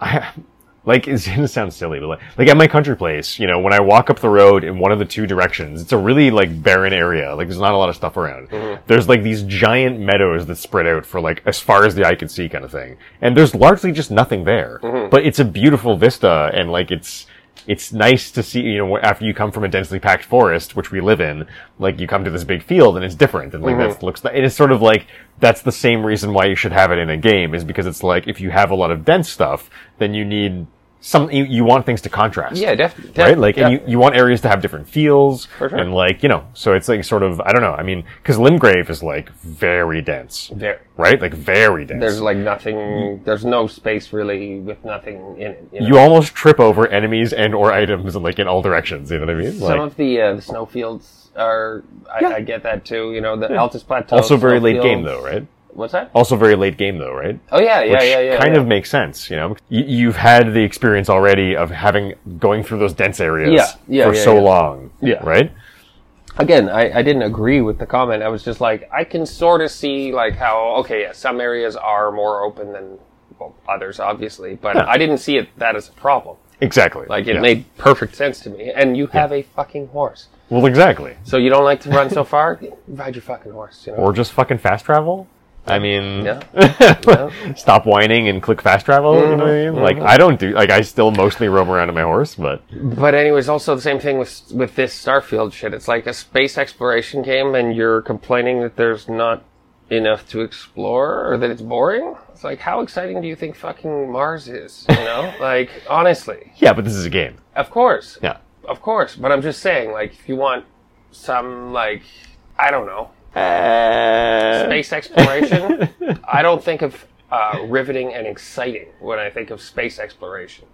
A: I. Like it's gonna sound silly, but like, like at my country place, you know, when I walk up the road in one of the two directions, it's a really like barren area. Like there's not a lot of stuff around.
B: Mm-hmm.
A: There's like these giant meadows that spread out for like as far as the eye can see, kind of thing. And there's largely just nothing there.
B: Mm-hmm.
A: But it's a beautiful vista, and like it's it's nice to see, you know, after you come from a densely packed forest, which we live in, like you come to this big field and it's different. And
B: Mm-hmm.
A: like that looks, it is sort of like, that's the same reason why you should have it in a game is because it's like, if you have a lot of dense stuff, then you need some, you, you want things to contrast.
B: Yeah, definitely.
A: Right? Like, and you, you want areas to have different feels.
B: sure.
A: And like, you know, so it's like sort of, I don't know. I mean, cause Limgrave is like very dense,
B: there
A: right? Like very dense.
B: there's like nothing there's no space really with nothing in it. You know?
A: you almost trip over enemies and or items like in all directions. You know what I mean?
B: some
A: Like,
B: of the uh, the snowfields are I, I get that too, you know, the Altus Plateau.
A: also very late game
B: snowfields-
A: though, right?
B: What's that?
A: also very late game though, right?
B: Oh yeah, yeah,
A: Which
B: yeah, yeah.
A: kind
B: yeah.
A: of makes sense, you know. Y- you've had the experience already of having going through those dense areas
B: Yeah, yeah,
A: for
B: yeah,
A: so
B: yeah.
A: long,
B: Yeah.
A: right?
B: again I, I didn't agree with the comment i was just like i can sort of see like how okay yeah, some areas are more open than well, others obviously but i didn't see it that as a problem
A: Exactly.
B: like it
A: yeah.
B: made perfect sense to me and you have a fucking horse
A: well, exactly.
B: so you don't like to run so far ride your fucking horse you know
A: Or just fucking fast travel. I mean,
B: yeah
A: stop whining and click fast travel. You know what
B: Mm-hmm,
A: I mean? Like I don't do. Like I still mostly roam around on my horse, but
B: but anyways also the same thing with with this starfield shit it's like a space exploration game and you're complaining that there's not enough to explore or that it's boring it's like how exciting do you think fucking mars is you know like honestly
A: yeah. But this is a game.
B: of course
A: Yeah.
B: of course but i'm just saying like if you want some like i don't know space exploration i don't think of uh, riveting and exciting when i think of space exploration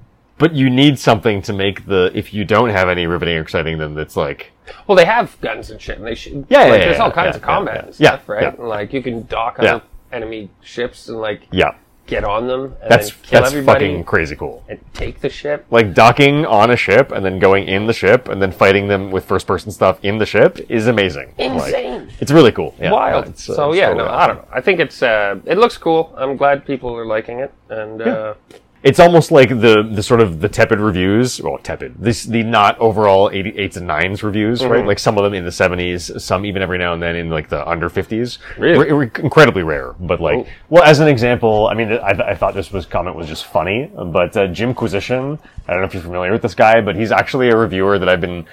A: But you need something to make the. If you don't have any riveting or exciting, then it's like
B: Well, they have guns and shit. And they shoot.
A: Yeah,
B: like,
A: yeah, yeah,
B: There's
A: yeah,
B: all kinds
A: yeah,
B: of combat
A: yeah,
B: and
A: yeah.
B: stuff,
A: Yeah,
B: right?
A: yeah.
B: And, like you can dock
A: Yeah.
B: on enemy ships and like
A: yeah.
B: get on them and
A: That's
B: then kill
A: that's
B: everybody
A: fucking crazy cool.
B: and take the ship.
A: Like docking on a ship and then going in the ship and then fighting them with first person stuff in the ship is amazing. Like,
B: Insane.
A: it's really cool. Yeah,
B: Wild.
A: no, it's, uh,
B: so
A: it's
B: yeah,
A: totally
B: no,
A: awesome.
B: I don't know. I think it's uh, it looks cool. I'm glad people are liking it, and uh,
A: it's almost like the the sort of the tepid reviews, well, tepid. This the not overall 80, eights and nines reviews, right? Like some of them in the seventies, some even every now and then in like the under fifties.
B: Really?
A: incredibly rare, but like
D: Well, as an example, I mean, th- I, th- I thought this was comment was just funny, but uh, Jimquisition. I don't know if you're familiar with this guy, but he's actually a reviewer that I've been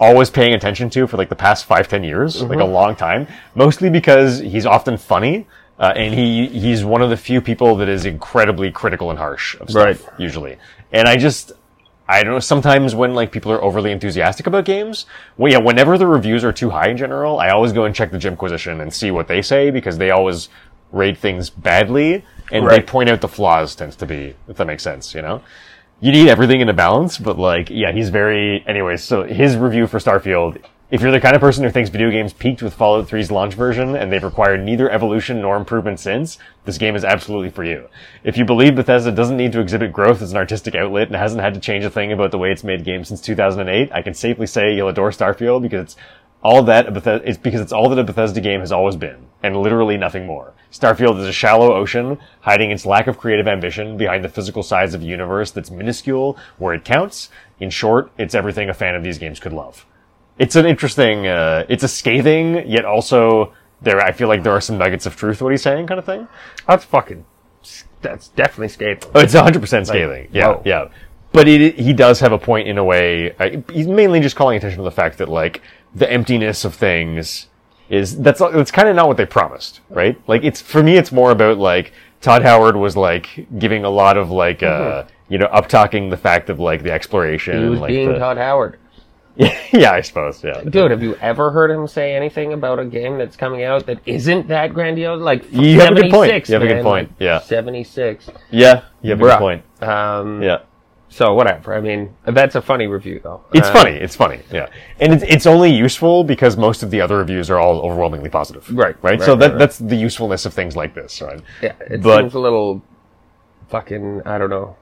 D: always paying attention to for like the past five, ten years, like a long time. Mostly because he's often funny, uh, and he he's one of the few people that is incredibly critical and harsh of stuff,
B: Right.
D: usually.
A: and I just I don't know. Sometimes when like people are overly enthusiastic about games, well, yeah, whenever the reviews are too high in general, I always go and check the Jimquisition and see what they say because they always rate things badly and they
D: Right.
A: point out the flaws. Tends to be if that makes sense, you know. You need everything in a balance, but like, yeah, he's very. Anyways, so his review for Starfield. If you're the kind of person who thinks video games peaked with Fallout 3's launch version and they've required neither evolution nor improvement since, this game is absolutely for you. If you believe Bethesda doesn't need to exhibit growth as an artistic outlet and hasn't had to change a thing about the way it's made games since 2008, I can safely say you'll adore Starfield because it's all that a Bethes- it's because it's all that a Bethesda game has always been, and literally nothing more. Starfield is a shallow ocean, hiding its lack of creative ambition behind the physical size of a universe that's minuscule where it counts. In short, it's everything a fan of these games could love it's an interesting uh, it's a scathing yet also there i feel like there are some nuggets of truth to what he's saying kind of thing
B: that's fucking that's definitely scathing.
A: oh, it's 100% scathing yeah
B: whoa.
A: yeah but it, he does have a point in a way I, he's mainly just calling attention to the fact that like the emptiness of things is that's that's kind of not what they promised right like it's for me it's more about like todd howard was like giving a lot of like uh you know uptalking the fact of like the exploration
B: Mm-hmm. He
A: and,
B: was
A: like
B: being
A: the-
B: Todd Howard.
A: yeah i suppose yeah
B: Dude, have you ever heard him say anything about a game that's coming out that isn't that grandiose? Like
A: You have a good point.
B: 76,
A: You have a good
B: man,
A: point.
B: like,
A: Yeah.
B: seventy six.
A: yeah you have a good
B: Bruh.
A: point
B: Um,
A: yeah
B: So whatever. I mean, that's a funny review though.
A: It's
B: Uh,
A: funny. It's funny. Yeah, and it's it's only useful because most of the other reviews are all overwhelmingly positive.
B: Right,
A: Right.
B: right,
A: so that
B: right, right.
A: that's the usefulness of things like this. Right.
B: Yeah, it
A: But-
B: seems a little fucking. I don't know,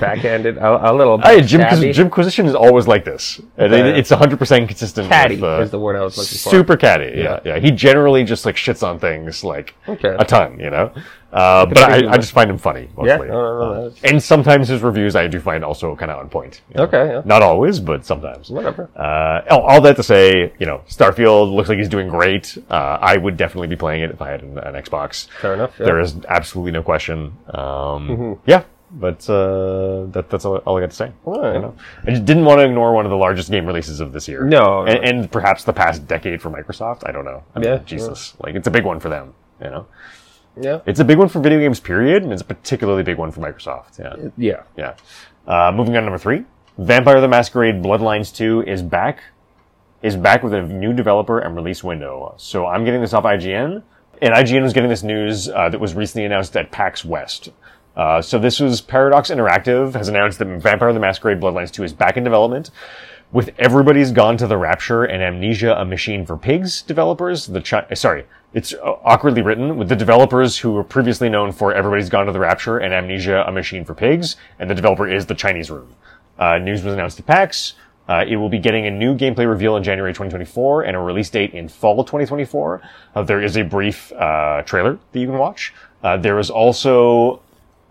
B: backhanded. A, a little.
A: Oh, yeah,
B: bit
A: Jim
B: shabby.
A: Jimquisition is always like this. And it-
B: Yeah.
A: it's hundred percent consistent.
B: Catty
A: with, uh,
B: Uh, is the word I was looking for.
A: super catty. Yeah. yeah, He generally just like shits on things like
B: Okay.
A: a ton. You know. Uh, but I, I just find him funny
B: Yeah. Uh,
A: mostly.
B: No, no, no, that's-
A: And sometimes his reviews I do find also kind of on point. you know.
B: Okay, yeah.
A: Not always, but sometimes.
B: Whatever.
A: Uh, all, all that to say, you know, Starfield looks like he's doing great. Uh, I would definitely be playing it if I had an, an Xbox.
B: Fair enough, yeah. Mm-hmm.
A: There is absolutely no question. Um, Yeah, but uh, that, that's all, all I got to say.
B: Alright.
A: You know? I just didn't want to ignore one of the largest game releases of this year.
B: No, no.
A: and, and perhaps the past decade for Microsoft. I don't know. I mean,
B: Yeah,
A: Jesus, like it's a big one for them. You know,
B: yeah.
A: it's a big one for video games, period, and it's a particularly big one for Microsoft. Yeah.
B: Yeah.
A: Yeah. Uh, moving on to number three. Vampire the Masquerade Bloodlines 2 is back. Is back with a new developer and release window. So I'm getting this off IGN. And IGN was getting this news uh, that was recently announced at PAX West. Uh, so this was Paradox Interactive has announced that Vampire the Masquerade Bloodlines 2 is back in development. With everybody's gone to the rapture and amnesia a machine for pigs developers, the chi- sorry, it's uh, awkwardly written with the developers who were previously known for everybody's gone to the rapture and amnesia a machine for pigs, and the developer is the Chinese room. Uh, news was announced at PAX. Uh, it will be getting a new gameplay reveal in January 2024 and a release date in fall 2024. Uh, there is a brief uh, trailer that you can watch. Uh, there is also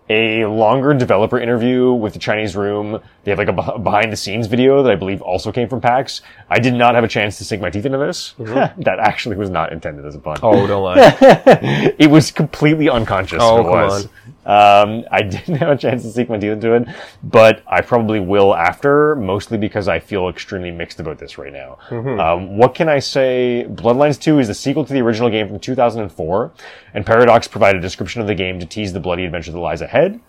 A: a longer developer interview with the Chinese Room. They have like a behind the scenes video that I believe also came from PAX. I did not have a chance to sink my teeth into this. that actually was not intended as a pun.
B: Mm-hmm. Oh, don't lie.
A: It was completely unconscious.
B: Oh,
A: it
B: come
A: was. Um, I didn't have a chance to sink my teeth into it, but I probably will after, mostly because I feel extremely mixed about this right now.
B: Mm-hmm.
A: Um, what can I say? Bloodlines 2 is the sequel to the original game from 2004, and Paradox provided a description of the game to tease the bloody adventure that lies ahead.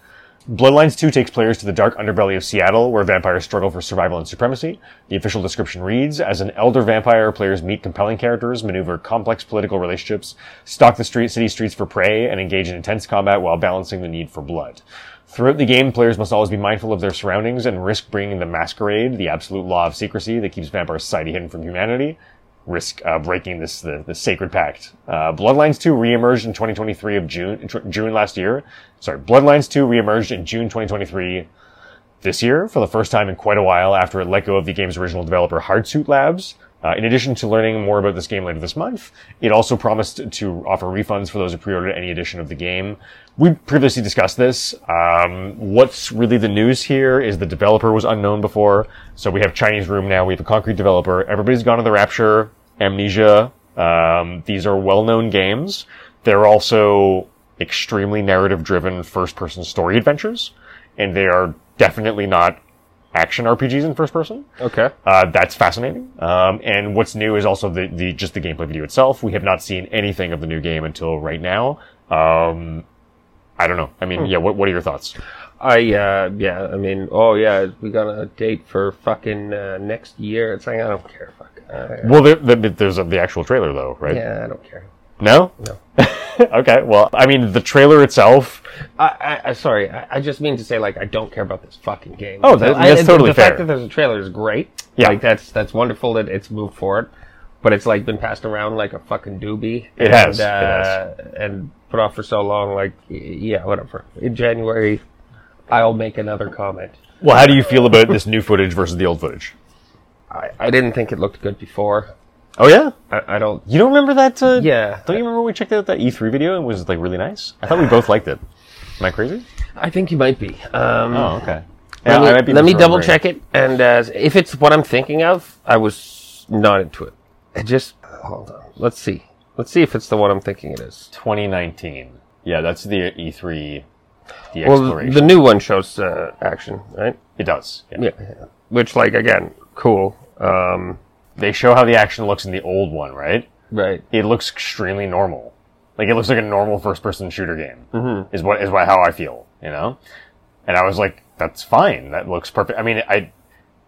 A: Bloodlines 2 takes players to the dark underbelly of Seattle, where vampires struggle for survival and supremacy. The official description reads, as an elder vampire, players meet compelling characters, maneuver complex political relationships, stalk the street, city streets for prey, and engage in intense combat while balancing the need for blood. Throughout the game, players must always be mindful of their surroundings and risk bringing the masquerade, the absolute law of secrecy that keeps vampire society hidden from humanity, risk uh, breaking this the, the sacred pact. Uh, Bloodlines 2 reemerged in 2023 of June tw- June last year. Sorry, Bloodlines 2 reemerged in June 2023 this year for the first time in quite a while after it let go of the game's original developer Hardsuit Labs. Uh, in addition to learning more about this game later this month, it also promised to offer refunds for those who pre-ordered any edition of the game. We previously discussed this. Um, what's really the news here is the developer was unknown before, so we have Chinese Room now. We have a concrete developer. Everybody's gone to the Rapture, Amnesia. Um, these are well-known games. They're also extremely narrative-driven first-person story adventures and they are definitely not action RPGs in first person.
B: Okay.
A: Uh, that's fascinating. Um, and what's new is also the, the just the gameplay video itself. We have not seen anything of the new game until right now. Um, I don't know. I
B: Hmm.
A: mean, yeah. What, what are your thoughts?
B: I uh yeah, I mean, oh yeah, we got a date for fucking uh, next year. It's like I don't care, fuck. Uh,
A: Well, there, there, there's a, the actual trailer though, right?
B: yeah, I don't care.
A: No.
B: No.
A: okay. Well, I mean, the trailer itself.
B: I, I, I sorry, I, I just mean to say like I don't care about this fucking game.
A: Oh, that-
B: I-
A: that's
B: the-
A: totally
B: the
A: fair.
B: fact that there's a trailer is great.
A: Yeah.
B: like that's that's wonderful that it's moved forward, but it's like been passed around like a fucking doobie.
A: It
B: and,
A: has, it
B: uh, and put off for so long. Like y- yeah, whatever. In January, I'll make another comment.
A: Well, how do you feel about this new footage versus the old footage?
B: I, I didn't think it looked good before.
A: Oh yeah.
B: I, I don't.
A: You don't remember that? Uh,
B: Yeah,
A: Don't you remember when we checked out that E3 video and it was like really nice? I thought we both liked it. Am I crazy?
B: I think you might be. Um,
A: Oh, okay.
B: let me, let me double check it, and uh, if it's what I'm thinking of, I was not into it. It just hold on. Let's see. Let's see if it's the one I'm thinking it is.
A: 2019. Yeah, that's the E3, the
B: Well,
A: exploration.
B: the new one shows uh, action, right?
A: it does. Yeah.
B: Yeah. Which, like, again, cool. Um,
A: They show how the action looks in the old one, right?
B: right.
A: It looks extremely normal. Like it looks like a normal first-person shooter game. Mm-hmm. Is what is what how I feel, you know. And I was like, that's fine. That looks perfect. I mean, I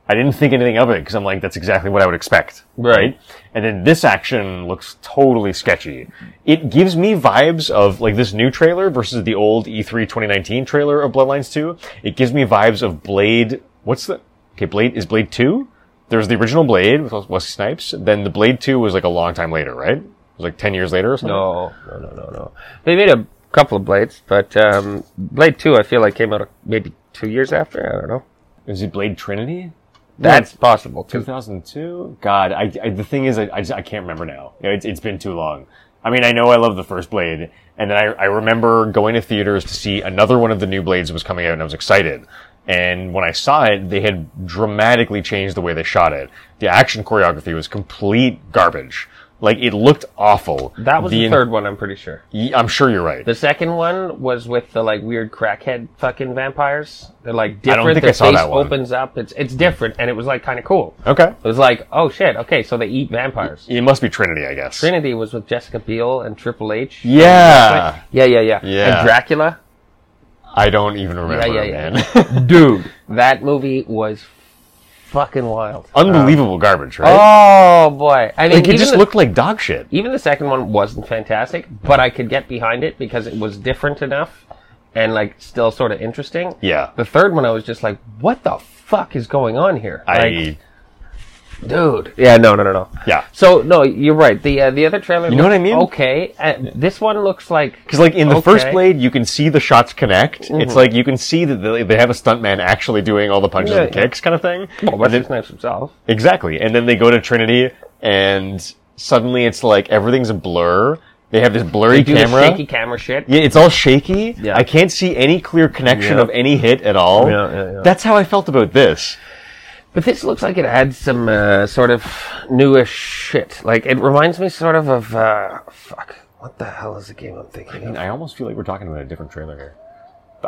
A: I didn't think anything of it because I'm like, that's exactly what I would expect.
B: Right.
A: And then this action looks totally sketchy. It gives me vibes of like this new trailer versus the old E E3 2019 trailer of Bloodlines 2. It gives me vibes of Blade. What's the okay? Blade is Blade 2. There's the original Blade with Wesley Snipes. Then the Blade 2 was like a long time later, right? It was like 10 years later or something.
B: No, no, no, no, no. They made a couple of blades, but um, Blade Two, I feel like, came out maybe two years after. I don't know.
A: Is it Blade Trinity?
B: That's possible too.
A: 2002. God, I, I the thing is, I, I, just, I can't remember now. You know, It's, it's been too long. I mean, I know I love the first Blade, and then I, I remember going to theaters to see another one of the new Blades was coming out, and I was excited. And when I saw it, they had dramatically changed the way they shot it. The action choreography was complete garbage. Like it looked awful.
B: That was the,
A: en-
B: third one, I'm pretty sure.
A: y- I'm sure you're right.
B: The second one was with the like weird crackhead fucking vampires. They're like
A: don't
B: different.
A: think
B: Their
A: I saw
B: face
A: that one.
B: opens up. It's it's different, and it was like kind of cool.
A: okay,
B: It was like, oh shit, okay, so they eat vampires.
A: it must be Trinity, I guess.
B: Trinity was with Jessica Biel and Triple H.
A: Yeah,
B: Yeah, yeah, yeah.
A: Yeah.
B: And Dracula.
A: I don't even remember.
B: yeah, yeah.
A: Man.
B: Dude, that movie was fucking wild.
A: Unbelievable garbage, right?
B: Oh boy. I mean,
A: Oh, like it
B: even
A: just
B: the-
A: looked like dog shit.
B: even the second one wasn't fantastic, but I could get behind it because it was different enough and like still sort of interesting.
A: Yeah.
B: The third one, I was just like, "What the fuck is going on here?"
A: I
B: like, dude. Yeah, no, no, no, no.
A: yeah.
B: So no, you're right. The uh, the other trailer.
A: You know
B: looked
A: what I mean?
B: Okay. Uh, this one looks like
A: Because like in the first
B: Okay. Mm-hmm.
A: blade, you can see the shots connect. It's like you can see that they they have a stuntman actually doing all the punches
B: Yeah,
A: and
B: yeah.
A: kicks, kind of thing.
B: well, Wesley Snipes himself.
A: Exactly. And then they go to Trinity, and suddenly it's like everything's a blur. They have this blurry
B: They do
A: camera.
B: the shaky camera shit.
A: Yeah, it's all shaky.
B: Yeah.
A: I can't see any clear connection
B: Yeah.
A: of any hit at all.
B: Yeah, yeah, yeah.
A: That's how I felt about this.
B: But this looks like it adds some uh, sort of newish shit. Like it reminds me sort of of uh, fuck. What the hell is the game I'm thinking of?
A: I almost feel like we're talking about a different trailer here.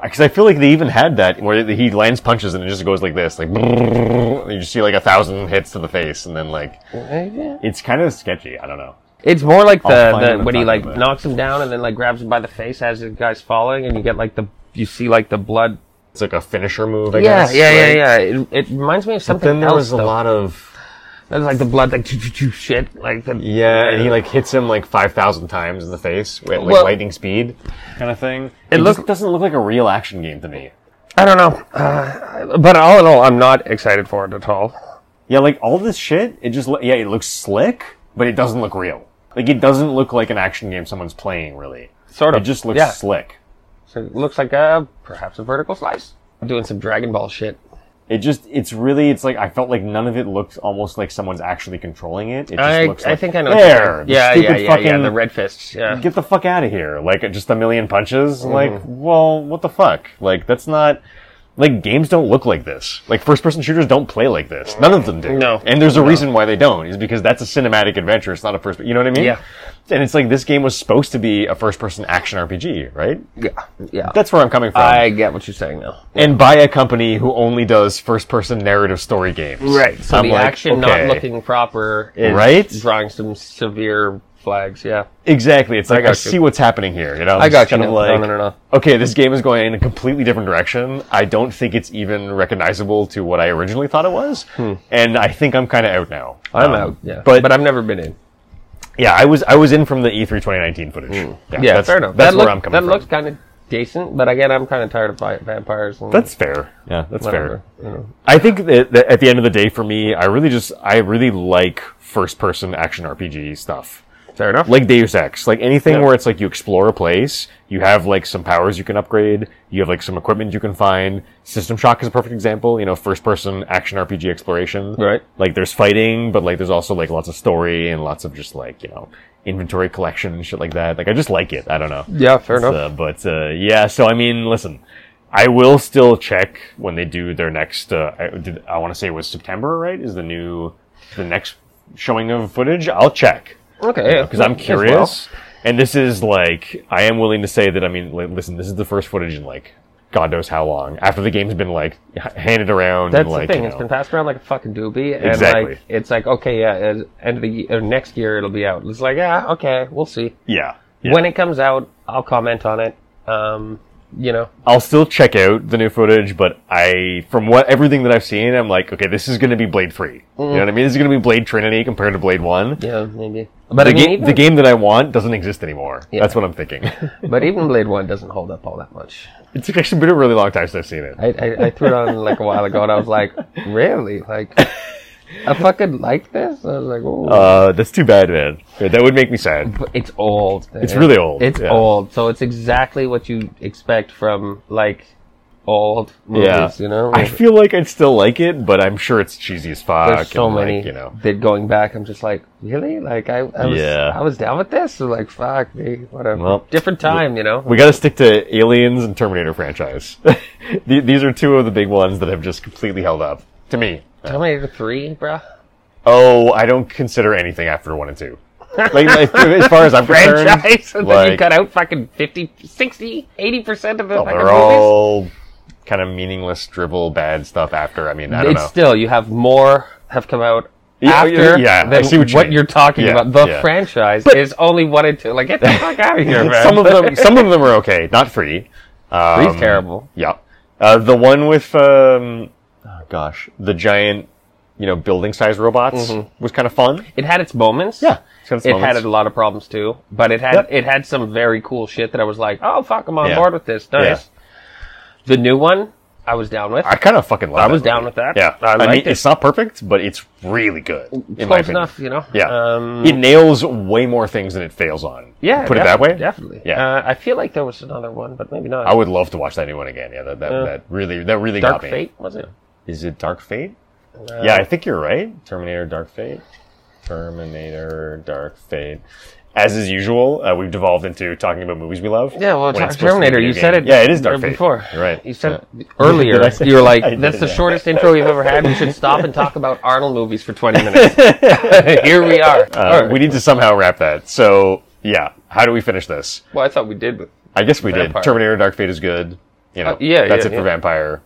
A: Because I feel like they even had that where he lands punches and it just goes like this, like you just see like a thousand hits to the face, and then like
B: Yeah.
A: it's kind of sketchy. I don't know.
B: It's more like
A: I'll find
B: the,
A: him
B: the
A: and
B: when he
A: talk
B: like
A: about it.
B: knocks him down and then like grabs him by the face as the guy's falling and you get like the you see like the blood.
A: It's like a finisher move. I
B: Yeah,
A: guess,
B: yeah, yeah,
A: right?
B: yeah. It, it reminds me of something
A: Then there
B: else.
A: was a
B: though.
A: lot of
B: That was like the blood like shit like the
A: yeah, and he like hits him like five thousand times in the face at like
B: Well-
A: lightning speed, kind of thing. It,
B: It
A: just
B: looked-
A: doesn't look like a real action game to me.
B: I don't know. Uh, but all in all, I'm not excited for it at all.
A: Yeah, like all this shit, it just lo- yeah, it looks slick, but it doesn't look real. Like it doesn't look like an action game someone's playing really.
B: Sort of.
A: It just looks
B: Yeah.
A: slick.
B: So it looks like a perhaps a vertical slice. I'm doing some Dragon Ball shit.
A: It just it's really it's like I felt like none of it looked almost like someone's actually controlling it. It just
B: I,
A: looks
B: I
A: like
B: think I know. what you're
A: there.
B: saying.
A: the
B: yeah, yeah,
A: stupid
B: yeah,
A: fucking,
B: yeah. The red uh, fists. Yeah.
A: get the fuck out of here. Like just a million punches.
B: Mm-hmm.
A: Like, well, what the fuck? Like that's not like games don't look like this. Like first person shooters don't play like this. None of them do.
B: No.
A: And there's a reason why they don't, is because that's a cinematic adventure. It's not a first you know what I mean?
B: Yeah.
A: And it's like this game was supposed to be a first person action RPG, right?
B: Yeah. yeah.
A: That's where I'm coming from.
B: I get what you're saying now.
A: and by a company who only does first person narrative story games.
B: So
A: I'm
B: the
A: like,
B: action
A: okay.
B: not looking proper is
A: Right?
B: drawing some severe flags. Yeah.
A: Exactly. It's like I,
B: got you.
A: see what's happening here. You know, I'm
B: I got
A: just
B: you.
A: kind of
B: now.
A: like,
B: no, no, no, no.
A: okay, this game is going in a completely different direction. I don't think it's even recognizable to what I originally thought it was, and I think I'm kind of out now.
B: Hmm. I'm
A: Um,
B: out. Yeah.
A: but-
B: but I've never been in.
A: Yeah, I was I was in from the E E3 2019 footage. Yeah,
B: Hmm. Yeah,
A: that's,
B: fair enough.
A: That's
B: that
A: where
B: look-
A: I'm coming
B: That
A: from.
B: looks kind of decent, but again, I'm kind of tired of vi- vampires. And
A: that's fair. Yeah, that's fair.
B: whatever, you know.
A: I think that, that at the end of the day, for me, I really just I really like first person action RPG stuff.
B: Fair enough.
A: like Deus Ex, like anything where it's like you explore a place, you have like some powers you can upgrade, you have like some equipment you can find. System Shock is a perfect example, you know, first person action RPG exploration.
B: Right.
A: Like there's fighting, but like there's also like lots of story and lots of just like, you know, inventory collection and shit like that. Like I just like it. I don't know.
B: yeah, fair enough.
A: Uh, but uh, yeah, so I mean, listen, I will still check when they do their next. Uh, I, did, I want to say it was September, right? Is the new the next showing of footage? I'll check
B: okay, yeah,
A: because I'm
B: as well.
A: curious. And this is like, I am willing to say that, I mean, like, listen, this is the first footage in like, God knows how long, after the game's been like, h- handed around.
B: That's
A: and, like,
B: the thing.
A: you
B: It's
A: know.
B: been passed around like a fucking doobie, and
A: Exactly.
B: like it's like okay, yeah, as, end of the ye- or next year it'll be out. It's like yeah, okay, we'll see.
A: yeah. yeah.
B: When it comes out, I'll comment on it. Um, you know,
A: I'll still check out the new footage, but I, from what everything that I've seen, I'm like, okay, this is going to be Blade 3. You know what I mean? This is going to be Blade Trinity compared to Blade 1.
B: Mm. yeah, maybe.
A: But
B: But
A: the,
B: I mean,
A: ga-
B: even,
A: the game that I want doesn't exist anymore.
B: Yeah.
A: That's what I'm thinking.
B: but even Blade One doesn't hold up all that much.
A: it's actually been a really long time since I've seen it.
B: I, I, I threw it on like a while ago, and I was like, really, like. I fucking like this. I was like, oh, "Ooh."
A: Uh, that's too bad, man. That would make me sad.
B: But it's old.
A: It's really old,
B: It's
A: yeah.
B: old. So it's exactly what you expect from like old movies. You know,
A: I feel like I'd still like it, but I'm sure it's cheesy as fuck.
B: there's so
A: and, like,
B: many
A: you know.
B: that going back. I'm just like, really? Like I, I was,
A: Yeah.
B: I was down with this. So like, fuck me, whatever.
A: Well,
B: Different time, you know.
A: We got to stick to Aliens and Terminator franchise. Th- These are two of the big ones that have just completely held up to me.
B: Terminator Three, bruh.
A: Oh, I don't consider anything after one and two. Like, like, as far as I'm concerned,
B: Franchise. And then you
A: like,
B: cut out fucking 50, 60, 80 percent of the
A: well,
B: fucking
A: they're
B: movies.
A: all kind of meaningless, drivel, bad stuff. After I mean, I don't
B: it's
A: know.
B: still you have more have come out
A: Yeah, yeah,
B: after
A: yeah, I
B: than
A: see what you
B: what
A: mean.
B: you're talking
A: Yeah,
B: about. The
A: yeah.
B: franchise is only one and two. Like get the fuck out of here, man.
A: some of them, some of them are okay. Not three. Um,
B: Three's terrible.
A: Yeah. Uh, the one with, um, oh gosh, the giant, you know, building sized robots
B: Mm-hmm.
A: was kind of fun.
B: It had its moments.
A: It's got its
B: It
A: moments.
B: had a lot of problems too, but it had
A: Yep.
B: it had some very cool shit that I was like, oh fuck, I'm on
A: Yeah.
B: board with this. Nice. The new one, I was down with.
A: I kind of fucking love
B: I was down with that.
A: Yeah.
B: I
A: mean,
B: liked it.
A: it's not perfect, but it's really good. In my
B: Close
A: opinion.
B: enough, you know.
A: Yeah.
B: Um,
A: it nails way more things than it fails on.
B: yeah.
A: Put it
B: def-
A: that way.
B: Definitely.
A: Yeah.
B: Uh, I feel like there was another one, but maybe not.
A: I would love to watch that new one again. Yeah. That, that, that really, that really
B: Uh,
A: got
B: Dark
A: me.
B: Fate was it?
A: Is it Dark Fate? yeah, I think you're right. Terminator Dark Fate. Terminator Dark Fate. As is usual, uh, we've devolved into talking about movies we love.
B: Yeah, well,
A: When
B: Dark
A: it's supposed to be
B: Terminator,
A: video
B: you said
A: games.
B: it
A: Yeah, it is Dark Fate.
B: before.
A: You're right.
B: You said
A: Did I
B: earlier,
A: say-
B: you were like,
A: I did,
B: that's the
A: yeah.
B: shortest intro we've ever had. We should stop and talk about Arnold movies for 20 minutes. Here we are.
A: Uh, We need to somehow wrap that. So, yeah, how do we finish this?
B: well, I thought we did, but
A: I guess we
B: Vampire.
A: did. Terminator Dark Fate is good. You know,
B: Uh, yeah,
A: that's
B: yeah,
A: it for
B: yeah.
A: Vampire.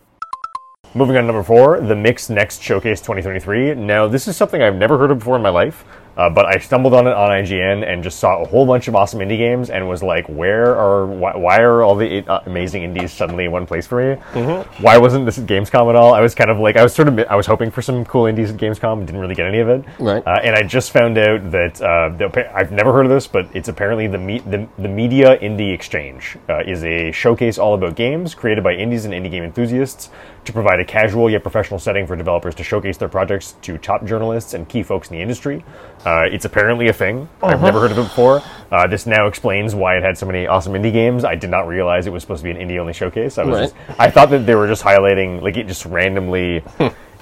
A: Moving on to number four, the Mix Next Showcase 2023. Now, this is something I've never heard of before in my life, uh, but I stumbled on it on IGN and just saw a whole bunch of awesome indie games and was like, where are, why, why are all the uh, amazing indies suddenly in one place for me? Mm-hmm. Why wasn't this at Gamescom at all? I was kind of like, I was sort of, I was hoping for some cool indies at Gamescom, didn't really get any of it.
B: Right.
A: Uh, and I just found out that uh, the, appa- I've never heard of this, but it's apparently the me- the, the Media Indie Exchange uh, is a showcase all about games created by indies and indie game enthusiasts to provide a casual yet professional setting for developers to showcase their projects to top journalists and key folks in the industry. Uh, it's apparently a thing. I've never heard of it before. Uh, this now explains why it had so many awesome indie games. I did not realize it was supposed to be an indie only showcase. I was
B: Right.
A: just, I thought that they were just highlighting like it just randomly.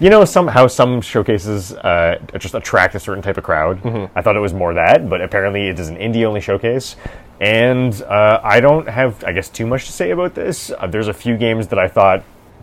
A: you know, somehow some showcases uh, just attract a certain type of crowd. I thought it was more that, but apparently it is an indie only showcase. And uh, I don't have, I guess, too much to say about this. Uh, there's a few games that I thought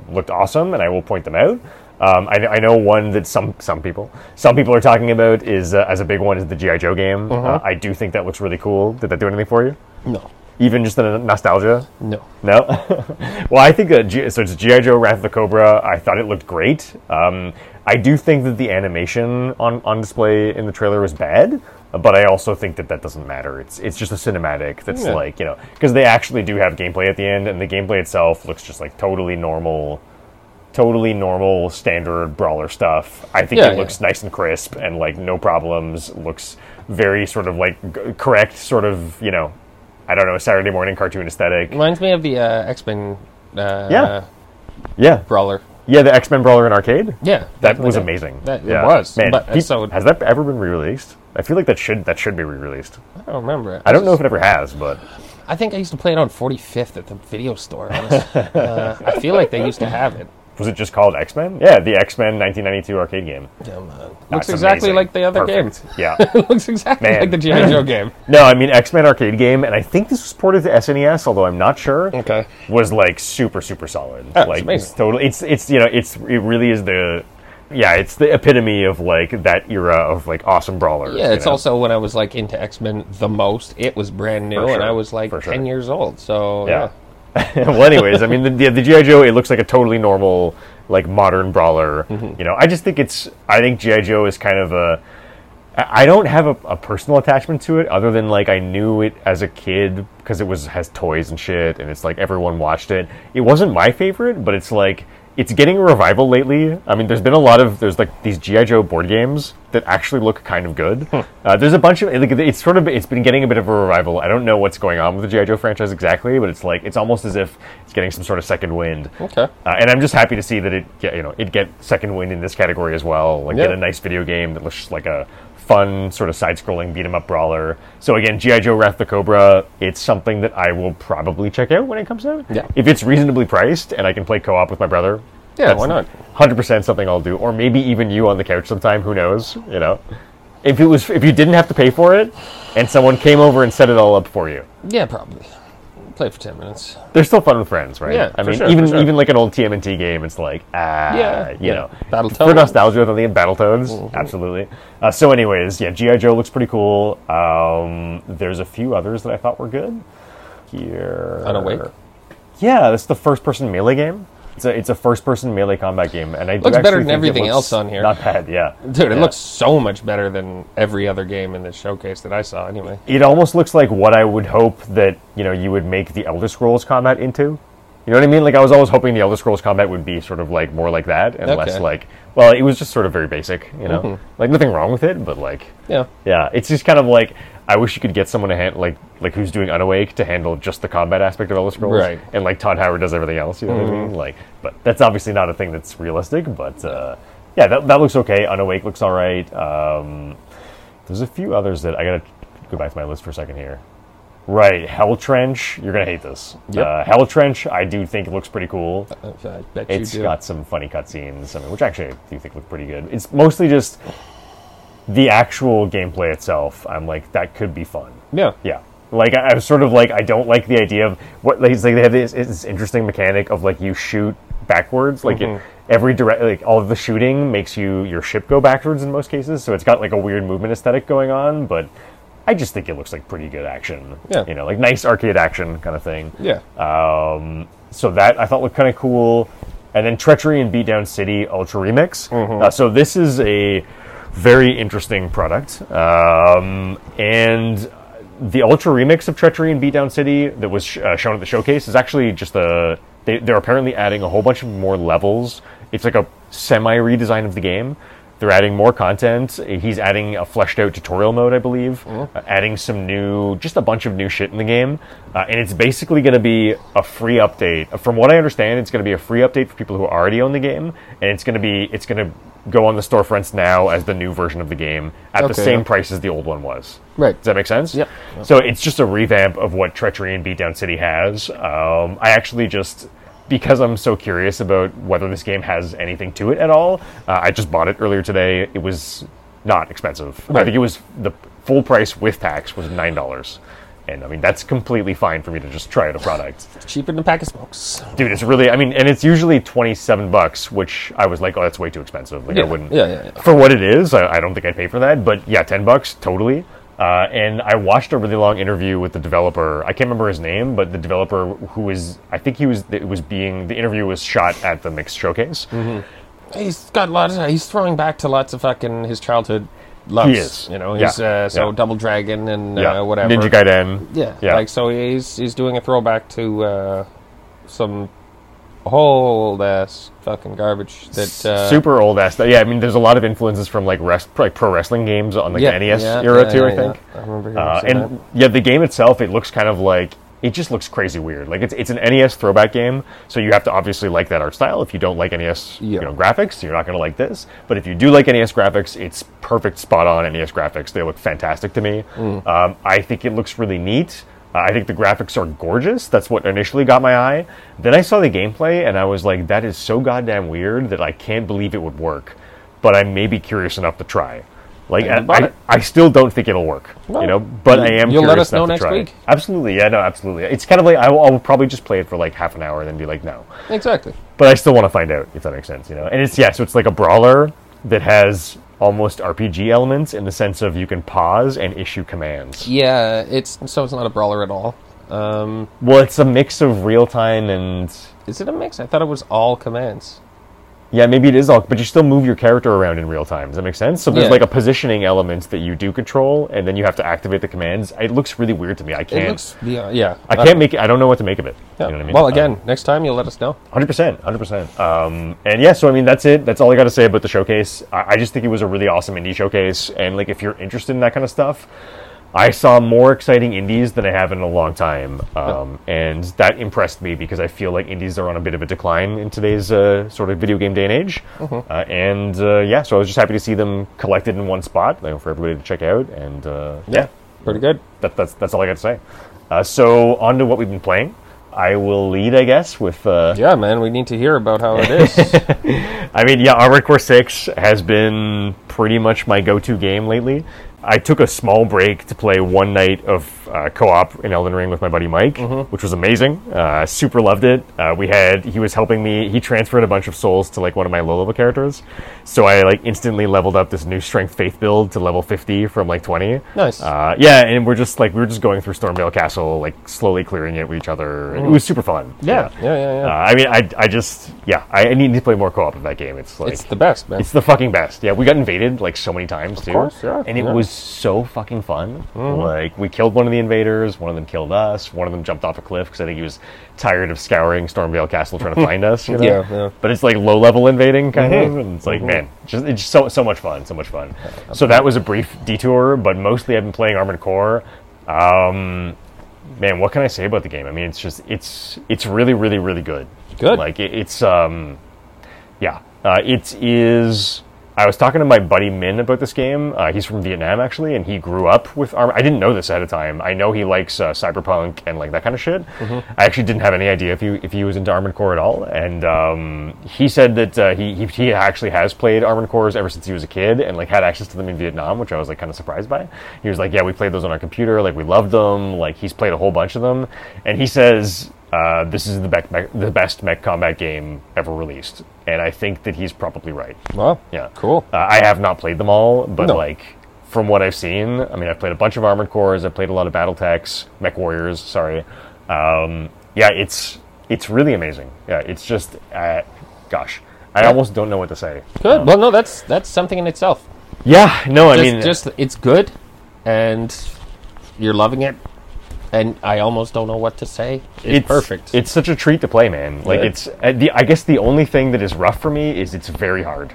A: looked awesome, and I will point them out. Um, I, I know one that some some people some people are talking about is uh, as a big one is the GI Joe game. Uh, I do think that looks really cool. Did that do anything for you?
B: No.
A: Even just the nostalgia?
B: No.
A: No. well, I think that G- so. It's GI Joe: Wrath of the Cobra. I thought it looked great. Um, I do think that the animation on, on display in the trailer was bad, but I also think that that doesn't matter. It's it's just a cinematic that's
B: Yeah.
A: like you know because they actually do have gameplay at the end, and the gameplay itself looks just like totally normal, totally normal standard brawler stuff. I think
B: Yeah,
A: it
B: yeah.
A: looks nice and crisp and like no problems. Looks very sort of like g- correct, sort of you know. I don't know, Saturday morning cartoon aesthetic.
B: Reminds me of the uh, X Men uh,
A: Yeah. Yeah,
B: brawler.
A: Yeah, the X Men Brawler in arcade.
B: Yeah,
A: that was
B: definitely.
A: amazing.
B: That- it
A: yeah.
B: was,
A: Man,
B: but uh,
A: he-
B: so-
A: has that ever been re-released? I feel like that should that should be re-released.
B: I don't remember it.
A: I don't know if it ever has, but
B: I think I used to play it on 45th at the video store. honestly. uh, I feel like they used to have it.
A: was it just called X Men? Yeah, the X Men 1992 arcade game.
B: Damn, uh, looks
A: That's
B: exactly
A: amazing.
B: like the other
A: Perfect.
B: game.
A: Yeah.
B: looks exactly
A: Man.
B: like the GI Joe game.
A: No, I mean X Men arcade game, and I think this was ported to SNES, although I'm not sure.
B: Okay. Oh,
A: was like super super solid.
B: it's
A: like
B: amazing.
A: it's totally, it's it's you know it's it really is the yeah it's the epitome of like that era of like awesome brawlers.
B: Yeah,
A: you
B: it's
A: know?
B: also when I was like into X Men the most. It was brand new,
A: For
B: and
A: sure,
B: I was like
A: for sure.
B: ten years old. So yeah,
A: Yeah. well, anyways, I mean, the, the, the GI Joe it looks like a totally normal, like modern brawler. You know, I just think it's. I think GI Joe is kind of a. I I don't have a, a personal attachment to it other than like I knew it as a kid because it was has toys and shit and it's like everyone watched it. It wasn't my favorite, but it's like it's getting a revival lately. I mean, there's been a lot of there's like these GI Joe board games that actually look kind of good. Uh, there's a bunch of like it's sort of it's been getting a bit of a revival. I don't know what's going on with the GI Joe franchise exactly, but it's like it's almost as if it's getting some sort of second wind.
B: Okay.
A: Uh, and I'm just happy to see that it get, you know it get second wind in this category as well. Like
B: Yeah.
A: get a nice video game that looks like a fun sort of side-scrolling beat 'em up brawler. So again, GI Joe Wrath of the Cobra. It's something that I will probably check out when it comes out.
B: Yeah.
A: If it's reasonably priced and I can play co-op with my brother.
B: Yeah, why not?
A: Hundred percent something I'll do, or maybe even you on the couch sometime. Who knows? You know, if it was if you didn't have to pay for it, and someone came over and set it all up for you.
B: yeah, probably. Play for ten minutes.
A: They're still fun with friends, right?
B: Yeah,
A: I
B: for
A: mean,
B: sure,
A: even
B: for sure.
A: even like an old TMNT game, it's like ah,
B: Yeah,
A: you
B: yeah.
A: know,
B: Battletoads. Mm-hmm.
A: for nostalgia, the Battletoads, absolutely. Uh, so, anyways, yeah, GI Joe looks pretty cool. Um, there's a few others that I thought were good. Here,
B: Unawake?
A: Yeah, that's the first-person melee game. It's a it's a first-person melee combat game, and I do
B: Looks better
A: actually
B: than
A: think it
B: everything
A: looks
B: else on here.
A: Not bad, yeah,
B: Dude, it
A: Yeah.
B: looks so much better than every other game in this showcase that I saw. Anyway,
A: it almost looks like what I would hope that you know you would make the Elder Scrolls combat into. You know what I mean? Like I was always hoping the Elder Scrolls combat would be sort of like more like that and less
B: Okay.
A: like well, it was just sort of very basic, you know. Like nothing wrong with it, but like
B: yeah,
A: yeah, it's just kind of like I wish you could get someone to hand, like like who's doing Unawake to handle just the combat aspect of Elder Scrolls,
B: Right. Mm-hmm.
A: And like Todd Howard does everything else, you know what I mean? Like, but that's obviously not a thing that's realistic. But uh, yeah, that, that looks okay. Unawake looks all right. Um, there's a few others that I gotta go back to my list for a second here. Right, Hell Trench. You're gonna hate this.
B: Yep.
A: Uh, Hell Trench. I do think looks pretty cool.
B: I bet
A: It's
B: you do.
A: got some funny cutscenes, I mean, which actually I do think look pretty good. It's mostly just the actual gameplay itself. I'm like, that could be fun.
B: yeah,
A: Yeah. Like I, I was sort of like I don't like the idea of what like, it's like they have this, this interesting mechanic of like you shoot backwards like it,
B: Mm-hmm.
A: every direct like all of the shooting makes you your ship go backwards in most cases so it's got like a weird movement aesthetic going on but I just think it looks like pretty good action
B: Yeah.
A: you know like nice arcade action kind of thing
B: yeah.
A: so that I thought looked kind of cool. And then Treachery and Beatdown City Ultra Remix. Uh, so this is a very interesting product. Um, and the Ultra Remix of Treachery and Beatdown City that was sh- uh, shown at the showcase is actually just a. They, they're apparently adding a whole bunch of more levels. It's like a semi redesign of the game. They're adding more content. He's adding a fleshed out tutorial mode, I believe. uh, adding some new, just a bunch of new shit in the game. Uh, and it's basically going to be a free Uh, update. From what I understand, it's going to be a free update for people who already own the game. And it's going to be, it's going to go on the storefronts now as the new version of the game at the
E: Okay,
A: same
E: yeah.
A: price as the old one was.
E: Right.
A: Does that make sense?
E: Yep.
A: So it's just a revamp of what Treachery and Beatdown City has. Um, I actually just, because I'm so curious about whether this game has anything to it at all, uh, I just bought it earlier today. It was not expensive. I think it was the full price with tax was nine dollars. And I mean that's completely fine for me to just try out a product,
E: Cheaper than a pack of smokes.
A: dude. It's really, I mean, and it's usually twenty-seven bucks, which I was like, oh, that's way too expensive. Like I wouldn't,
E: Yeah, yeah, yeah.
A: for what it is, I, I don't think I'd pay for that. But yeah, ten bucks totally. Uh, and I watched a really long interview with the developer. I can't remember his name, but the developer who was, I think he was, it was being the interview was shot at the mixed showcase.
E: Mm-hmm. He's got lots. Of, he's throwing back to lots of fucking his childhood loves.
A: He is.
E: You know.
A: Yeah,
E: He's, uh, so
A: yeah.
E: Double Dragon and
A: Yeah,
E: uh, whatever.
A: Ninja Gaiden.
E: Yeah.
A: Yeah.
E: Like so, he's he's doing a throwback to uh, some whole ass fucking garbage that uh,
A: super old ass. Yeah, I mean, there's a lot of influences from like, rest, like pro wrestling games on like
E: yeah,
A: the NES
E: yeah,
A: era
E: yeah,
A: too. I
E: yeah, yeah.
A: think.
E: I remember. hearing
A: Uh,
E: some of
A: and yeah, the game itself, it looks kind of like it just looks crazy weird. Like it's it's an NES throwback game, so you have to obviously like that art style. If you don't like NES
E: Yeah.
A: you know, graphics, you're not going to like this. But if you do like NES graphics, it's perfect, spot on NES graphics. They look fantastic to me.
E: Mm.
A: Um, I think it looks really neat. Uh, I think the graphics are gorgeous. That's what initially got my eye. Then I saw the gameplay and I was like, that is so goddamn weird that I can't believe it would work. But I may be curious enough to try. Like
E: And you
A: and
E: bought
A: I,
E: it.
A: I still don't think it'll work.
E: Well,
A: you know, but I am.
E: you'll let
A: curious
E: us know
A: enough
E: next
A: to try.
E: week.
A: Absolutely, yeah, no, absolutely. It's kind of like I will, I will probably just play it for like half an hour and then be like, no.
E: that. Exactly.
A: But I still want to find out if that makes sense, you know. And it's yeah, so it's like a brawler that has almost RPG elements in the sense of you can pause and issue commands.
E: Yeah. It's so it's not a brawler at all. Um,
A: Well, it's a mix of real time and
E: is it a mix? I thought it was all commands.
A: yeah, maybe it is all, but you still move your character around in real time. Does that make sense? So there's
E: Yeah.
A: like a positioning element that you do control, and then you have to activate the commands. It looks really weird to me. I can't.
E: It looks. Yeah. Yeah.
A: I
E: don't
A: can't make it. I don't know what to make of it.
E: know.
A: You know what I mean? Uh,
E: Well, again, next time you'll let us know.
A: hundred percent, hundred percent. Um, and yeah, so I mean, that's it. That's all I got to say about the showcase. I, I just think it was a really awesome indie showcase, and like, if you're interested in that kind of stuff, I saw more exciting indies than I have in a long time, um, and that impressed me because I feel like indies are on a bit of a decline in today's uh, sort of video game day and age.
E: Mm-hmm.
A: Uh, and uh, yeah, so I was just happy to see them collected in one spot like, for everybody to check out. And uh, yeah,
E: Pretty good.
A: that, that's that's all I got to say. Uh, so on to what we've been playing. I will lead, I guess, with. Uh,
E: Yeah, man. We need to hear about how it is.
A: I mean, yeah, Armored Core Six has been pretty much my go-to game lately. I took a small break to play one night of uh, co-op in Elden Ring with my buddy Mike,
E: Mm-hmm.
A: which was amazing. Uh, super loved it. Uh, we had he was helping me. He transferred a bunch of souls to like one of my low-level characters, so I like instantly leveled up this new Strength Faith build to level fifty from like twenty.
E: Nice.
A: Uh, yeah, and we're just like we were just going through Stormvale Castle, like slowly clearing it with each other. and It was super fun.
E: Mm. yeah. Yeah. Yeah. Yeah.
A: Uh, I mean, I, I just yeah, I, I need to play more co-op in that game. It's like
E: it's the best, man.
A: it's the fucking best. Yeah, we got invaded like so many times too.
E: course, yeah,
A: And it
E: yeah. Mm-hmm.
A: was so fucking fun. Like we killed one of the invaders, one of them killed us, one of them jumped off a cliff because I think he was tired of scouring Stormvale Castle trying to find us. You know?
E: Yeah, Mm-hmm. yeah.
A: But it's like low level invading kind of, and it's like man, just it's just so so much fun, so much fun. So that was a brief detour, but mostly I've been playing Armored Core. Um, man, what can I say about the game? I mean, it's just it's it's really really really good.
E: Good.
A: Like it, it's um, yeah, uh, it is. I was talking to my buddy Min about this game. Uh, he's from Vietnam actually, and he grew up with Arm. I didn't know this ahead of time. I know he likes uh, cyberpunk and like that kind of shit. I actually didn't have any idea if he if he was into Armored Core at all. And um, he said that uh, he, he he actually has played Armored Cores ever since he was a kid, and like had access to them in Vietnam, which I was like kind of surprised by. He was like, "Yeah, we played those on our computer. Like we loved them. Like he's played a whole bunch of them." And he says uh, this is the, bec- mech- the best mech combat game ever released, and I think that he's probably right.
E: Well,
A: Yeah,
E: Cool.
A: Uh, I have not played them all, but
E: No.
A: like from what I've seen, I mean, I've played a bunch of Armored Cores, I've played a lot of Battle Techs, Mech Warriors. Sorry, um, yeah, it's it's really amazing. Yeah, it's just, uh, gosh, I almost don't know what to say.
E: Good. Well, no, that's that's something in itself.
A: Yeah, no, I
E: Just,
A: mean,
E: just it's good, and you're loving it, and I almost don't know what to say. It's, perfect.
A: It's such a treat to play, man. Like
E: Yeah.
A: it's uh, the I guess the only thing that is rough for me is it's very hard.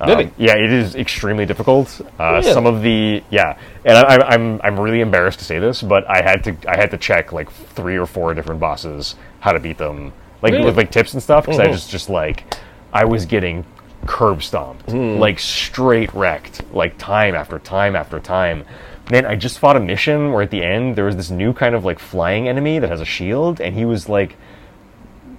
A: Um,
E: Really?
A: Yeah, it is extremely difficult. Uh,
E: Really?
A: Some of the yeah, and I, I- I'm I'm really embarrassed to say this, but I had to I had to check like three or four different bosses how to beat them, like
E: Really?
A: with like tips and stuff, because I
E: Mhm.
A: just just like I was getting curb stomped, like straight wrecked, like time after time after time. Man, I just fought a mission where at the end there was this new kind of like flying enemy that has a shield, and he was like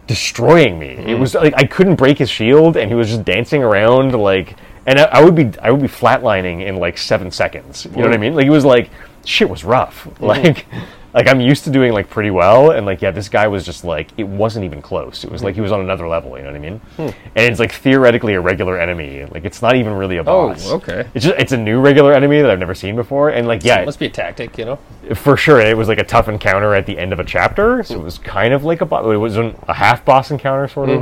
A: destroying me. It was like I couldn't break his shield, and he was just dancing around like. And I, I would be I would be flatlining in like seven seconds. You know what I mean? Like it was like shit was rough. Like like I'm used to doing like pretty well, and like yeah, this guy was just like it wasn't even close. It was like he was on another level. You know what I mean? And it's like theoretically a regular enemy. Like it's not even really a boss.
B: okay.
A: It's just it's a new regular enemy that I've never seen before, and like yeah,
B: Must be a tactic, you know.
A: for sure. It was like a tough encounter at the end of a chapter, so it was kind of like a bo- it wasn't a half boss encounter sort of.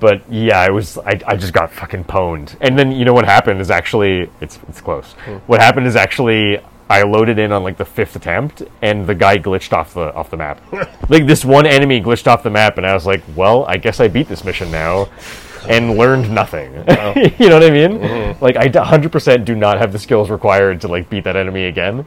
A: But yeah, I was I, I just got fucking pwned. And then you know what happened is actually it's it's close. What happened is actually I loaded in on like the fifth attempt, and the guy glitched off the off the map. like this one enemy glitched off the map, and I was like, well, I guess I beat this mission now. And learned nothing. you know what I mean? Like I 100% do not have the skills required to like beat that enemy again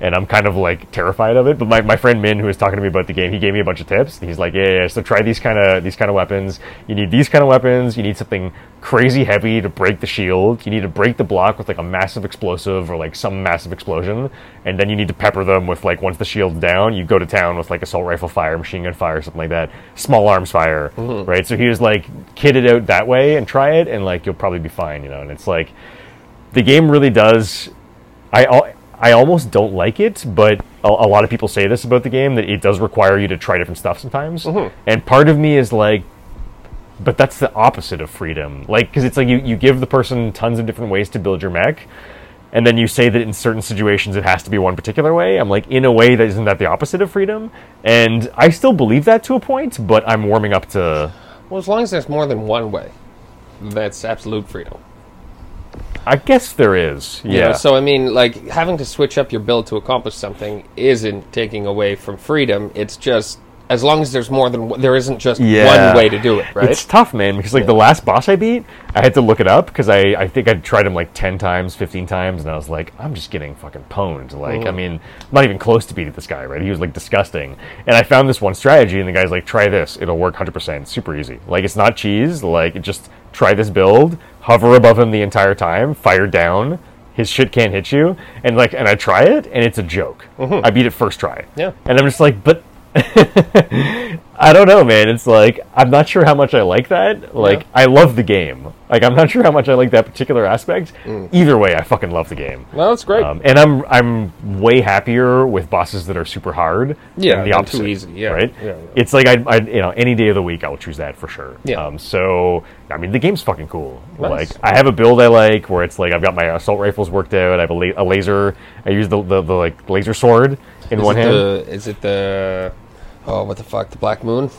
A: and I'm kind of like terrified of it. But my, my friend Min, who was talking to me about the game, he gave me a bunch of tips. He's like, yeah, yeah, yeah, so try these kind of these kind of weapons. You need these kind of weapons. You need something crazy heavy to break the shield. You need to break the block with like a massive explosive or like some massive explosion, and then you need to pepper them with like once the shield's down, you go to town with like assault rifle fire, machine gun fire, something like that, small arms fire, right? So he was like, kid it out that way and try it, and like you'll probably be fine, you know. And it's like the game really does I al- I almost don't like it, but a, a lot of people say this about the game that it does require you to try different stuff sometimes. And part of me is like, but that's the opposite of freedom. Like, because it's like you, you give the person tons of different ways to build your mech, and then you say that in certain situations it has to be one particular way. I'm like, in a way, that isn't that the opposite of freedom? And I still believe that to a point, but I'm warming up to.
B: Well, as long as there's more than one way, that's absolute freedom.
A: I guess there is.
B: You know,
A: Yeah.
B: so I mean, like having to switch up your build to accomplish something isn't taking away from freedom. It's just as long as there's more than one- there isn't just
A: Yeah.
B: one way to do it, right?
A: It's tough, man, because like the last boss I beat, I had to look it up because I, I think I'd tried him like ten times, fifteen times, and I was like, I'm just getting fucking pwned. Like,
B: Mm-hmm.
A: I mean, I'm not even close to beating this guy, right? He was like disgusting. And I found this one strategy, and the guy's like, try this, it'll work hundred percent, super easy. Like it's not cheese, like it just try this build, hover above him the entire time, fire down. His shit can't hit you, and like, and I try it, and it's a joke.
B: Mm-hmm.
A: I beat it first try.
B: Yeah.
A: and I'm just like, but I don't know, man. It's like I'm not sure how much I like that. Like I love the game. Like I'm not sure how much I like that particular aspect.
B: Mm.
A: Either way, I fucking love the game.
B: no, that's great.
A: Um, and I'm I'm way happier with bosses that are super hard.
B: Yeah,
A: than
B: than
A: the
B: too
A: opposite.
B: easy, yeah.
A: right.
B: Yeah, yeah.
A: It's like I, I you know any day of the week I'll choose that for sure.
B: Yeah.
A: Um, so I mean the game's fucking cool.
B: Nice.
A: Like I have a build I like where it's like I've got my assault rifles worked out. I have a, la- a laser. I use the, the the like laser sword in
B: is
A: one
B: it
A: hand.
B: the is it the oh what the fuck the Black Moon?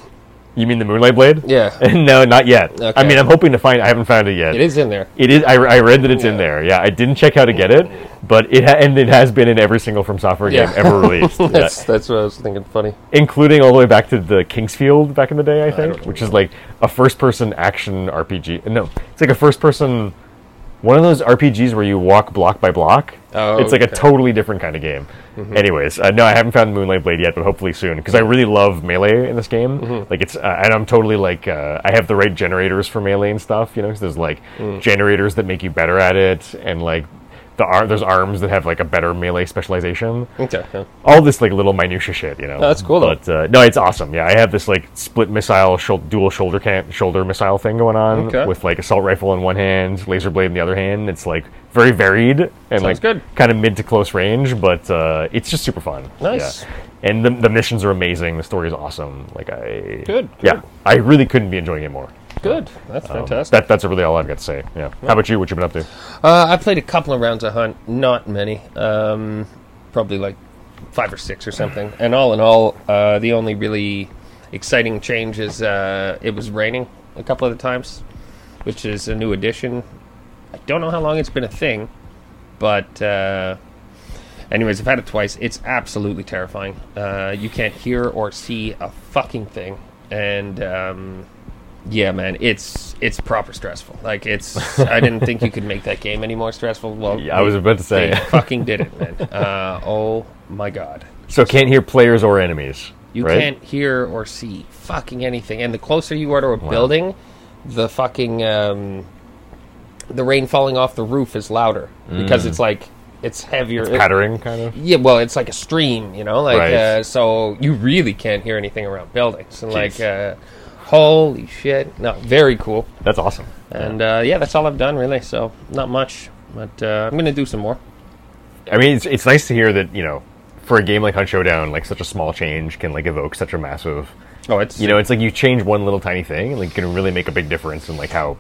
A: You mean the moonlight blade?
B: Yeah,
A: no, not yet. I
B: Okay.
A: mean, I'm hoping to find. I haven't found it yet.
B: it is in there.
A: It is. I, I read that it's in there. Yeah, I didn't check how to get it, but it ha- and it has been in every single From Software game
B: Yeah.
A: ever released, Yeah.
B: That's that's what I was thinking. Funny.
A: including all the way back to the Kingsfield back in the day, I think, which is like a first-person action RPG. No, it's like a first-person. One of those RPGs where you walk block by block.
B: Oh,
A: it's like a
B: okay. Mm-hmm.
A: totally different kind of game. Anyways, uh, no, I haven't found Moonlight Blade yet, but hopefully soon because I really love melee in this game.
B: Mm-hmm.
A: Like it's, uh, and I'm totally like, uh, I have the right generators for melee and stuff. You know, 'cause there's like
B: Mm.
A: generators that make you better at it, and like the ar- there's arms that have like a better melee specialization
B: Okay. yeah.
A: all this like little minutia shit, you know.
B: that's cool, though.
A: But uh, no, it's awesome. Yeah, I have this like split missile, shul- dual shoulder can- shoulder missile thing going on
B: Okay.
A: with like assault rifle in one hand, laser blade in the other hand. It's like very varied and like
B: good.
A: kind of mid to close range, but uh, it's just super fun.
B: Nice.
A: Yeah. And the, the missions are amazing. The story is awesome. Like I
B: Good,
A: Yeah, I really couldn't be enjoying it more.
B: Good. That's fantastic.
A: That, that's really all I've got to say. Yeah. How about you? What you been up to?
B: Uh, I played a couple of rounds of Hunt, not many, um, probably like five or six or something. And all in all, uh, the only really exciting change is uh, it was raining a couple of the times, which is a new addition. I don't know how long it's been a thing, but uh, anyways, I've had it twice. It's absolutely terrifying. Uh, you can't hear or see a fucking thing, and um, yeah, man, it's it's proper stressful. Like it's, I didn't think you could make that game any more stressful. Well,
A: Yeah, I was about to say.
B: they fucking did it, man. Uh, oh my god.
A: So can't hear players or enemies.
B: You
A: right?
B: can't hear or see fucking anything. And the closer you are to a building, the fucking um, the rain falling off the roof is louder because it's like it's heavier. It-
A: Pattering, kind of.
B: yeah, well, it's like a stream, you know, like
A: Right.
B: uh, so you really can't hear anything around buildings. And like,
A: Jeez.
B: uh, holy shit! No, very cool.
A: That's awesome.
B: And uh, yeah, that's all I've done really. So not much, but uh, I'm gonna do some more.
A: I mean, it's, it's nice to hear that you know, for a game like Hunt Showdown, like such a small change can like evoke such a massive.
B: Oh, it's
A: You know, it's like you change one little tiny thing, and like can really make a big difference in like how.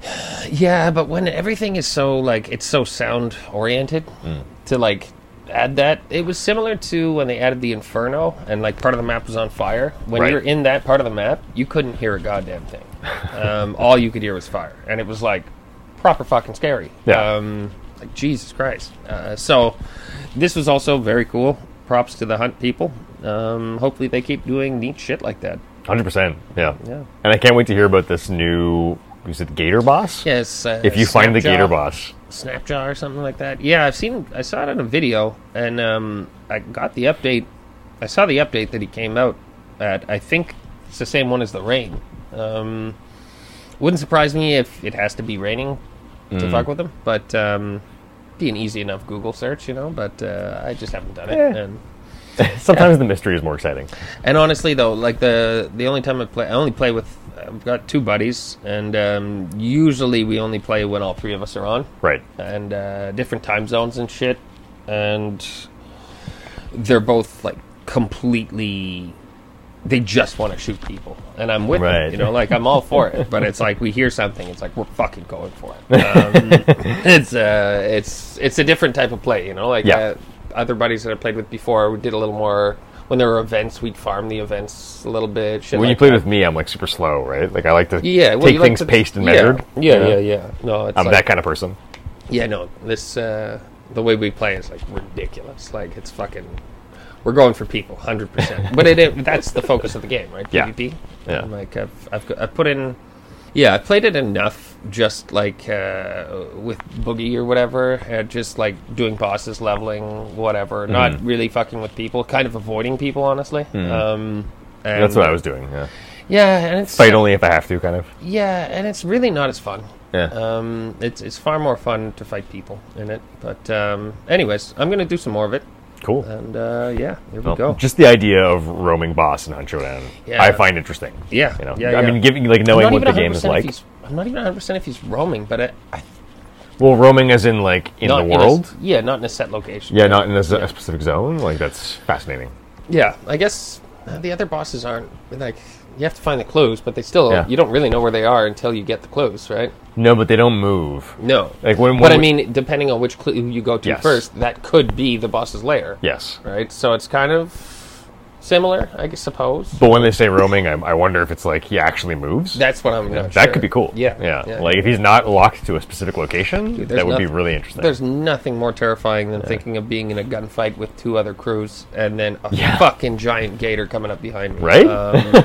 B: Yeah, but when everything is so like it's so sound oriented
A: Hmm.
B: to like add that it was similar to when they added the inferno and like part of the map was on fire when
A: Right.
B: you're in that part of the map you couldn't hear a goddamn thing um, all you could hear was fire and it was like proper fucking scary
A: Yeah.
B: um, like jesus christ uh, so this was also very cool props to the hunt people um, hopefully they keep doing neat shit like that
A: Hundred percent. Yeah.
B: Yeah.
A: And I can't wait to hear about this new. Is it Gator Boss?
B: yes uh,
A: If you find the
B: Snapjaw.
A: Gator Boss,
B: Snapjaw or something like that. Yeah, I've seen. I saw it on a video, and um, I got the update. I saw the update that he came out at. I think it's the same one as the rain. Um, wouldn't surprise me if it has to be raining to fuck with him, but um, be an easy enough Google search, you know. But uh, I just haven't done it,
A: Eh.
B: and
A: sometimes the mystery is more exciting.
B: and honestly, though, like the the only time I play, I only play with. I've got two buddies, and um, usually we only play when all three of us are on
A: Right.
B: and uh, different time zones and shit. And they're both like completely. They just want to shoot people, and I'm with
A: Right.
B: them. You know, like I'm all for it, but it's like we hear something, it's like we're fucking going for it. Um, it's uh, it's it's a different type of play. You know, like
A: Yeah.
B: uh, other buddies that I played with before, we did a little more. When there were events, we'd farm the events a little bit. Shit
A: When you
B: like
A: play
B: that.
A: with me, I'm like super slow, right? Like I like to
B: yeah, well,
A: take
B: you like
A: things
B: to-
A: paced and
B: yeah.
A: measured.
B: Yeah,
A: you know?
B: yeah, yeah. No, it's
A: I'm
B: like,
A: that kind of person.
B: Yeah, no, this uh, the way we play is like ridiculous. Like it's fucking, we're going for people, hundred percent. But it, it that's the focus of the game, right?
A: Yeah.
B: PvP.
A: Yeah.
B: And, like I've I've I've put in, yeah, I played it enough, just like uh, with Boogie or whatever, uh, just like doing bosses, leveling, whatever.
A: Mm-hmm.
B: Not really fucking with people, kind of avoiding people, honestly. Um, and
A: That's what I was doing. Yeah.
B: Yeah, and it's
A: Fight only if I have to, kind of.
B: yeah, and it's really not as fun.
A: Yeah.
B: Um, it's it's far more fun to fight people in it. But um, anyways, I'm gonna do some more of it,
A: Cool.
B: and uh, yeah, here
A: Well,
B: we go.
A: Just the idea of roaming boss in Hunt Showdown,
B: Yeah.
A: I find interesting.
B: yeah,
A: You know,
B: yeah,
A: I
B: yeah.
A: mean, giving like
B: I'm
A: knowing
B: not
A: what the
B: even
A: game is
B: 100% if
A: like.
B: he's- I'm not even 100 percent if he's roaming, but I, I
A: Well, roaming as in like in
B: not
A: the
B: a s-
A: world.
B: yeah, not in a set location.
A: yeah, not in a, z- a specific zone. Like that's fascinating.
B: yeah. I guess uh, the other bosses aren't like you have to find the clues, but they still
A: Yeah.
B: you don't really know where they are until you get the clues, right?
A: No, but they don't move.
B: No.
A: Like when. when
B: but I
A: we-
B: mean, depending on which clue you go to
A: Yes.
B: first, that could be the boss's lair.
A: Yes.
B: right? So it's kind of similar, I guess, suppose.
A: But when they say roaming, I, I wonder if it's like he actually moves.
B: That's what I'm. Not
A: that
B: sure.
A: could be cool.
B: Yeah,
A: yeah, Like if he's not locked to a specific location,
B: Dude, there's
A: that would be
B: nothing-
A: really interesting.
B: there's nothing more terrifying than thinking of being in a gunfight with two other crews and then a fucking giant gator coming up behind me.
A: Right?
B: Um,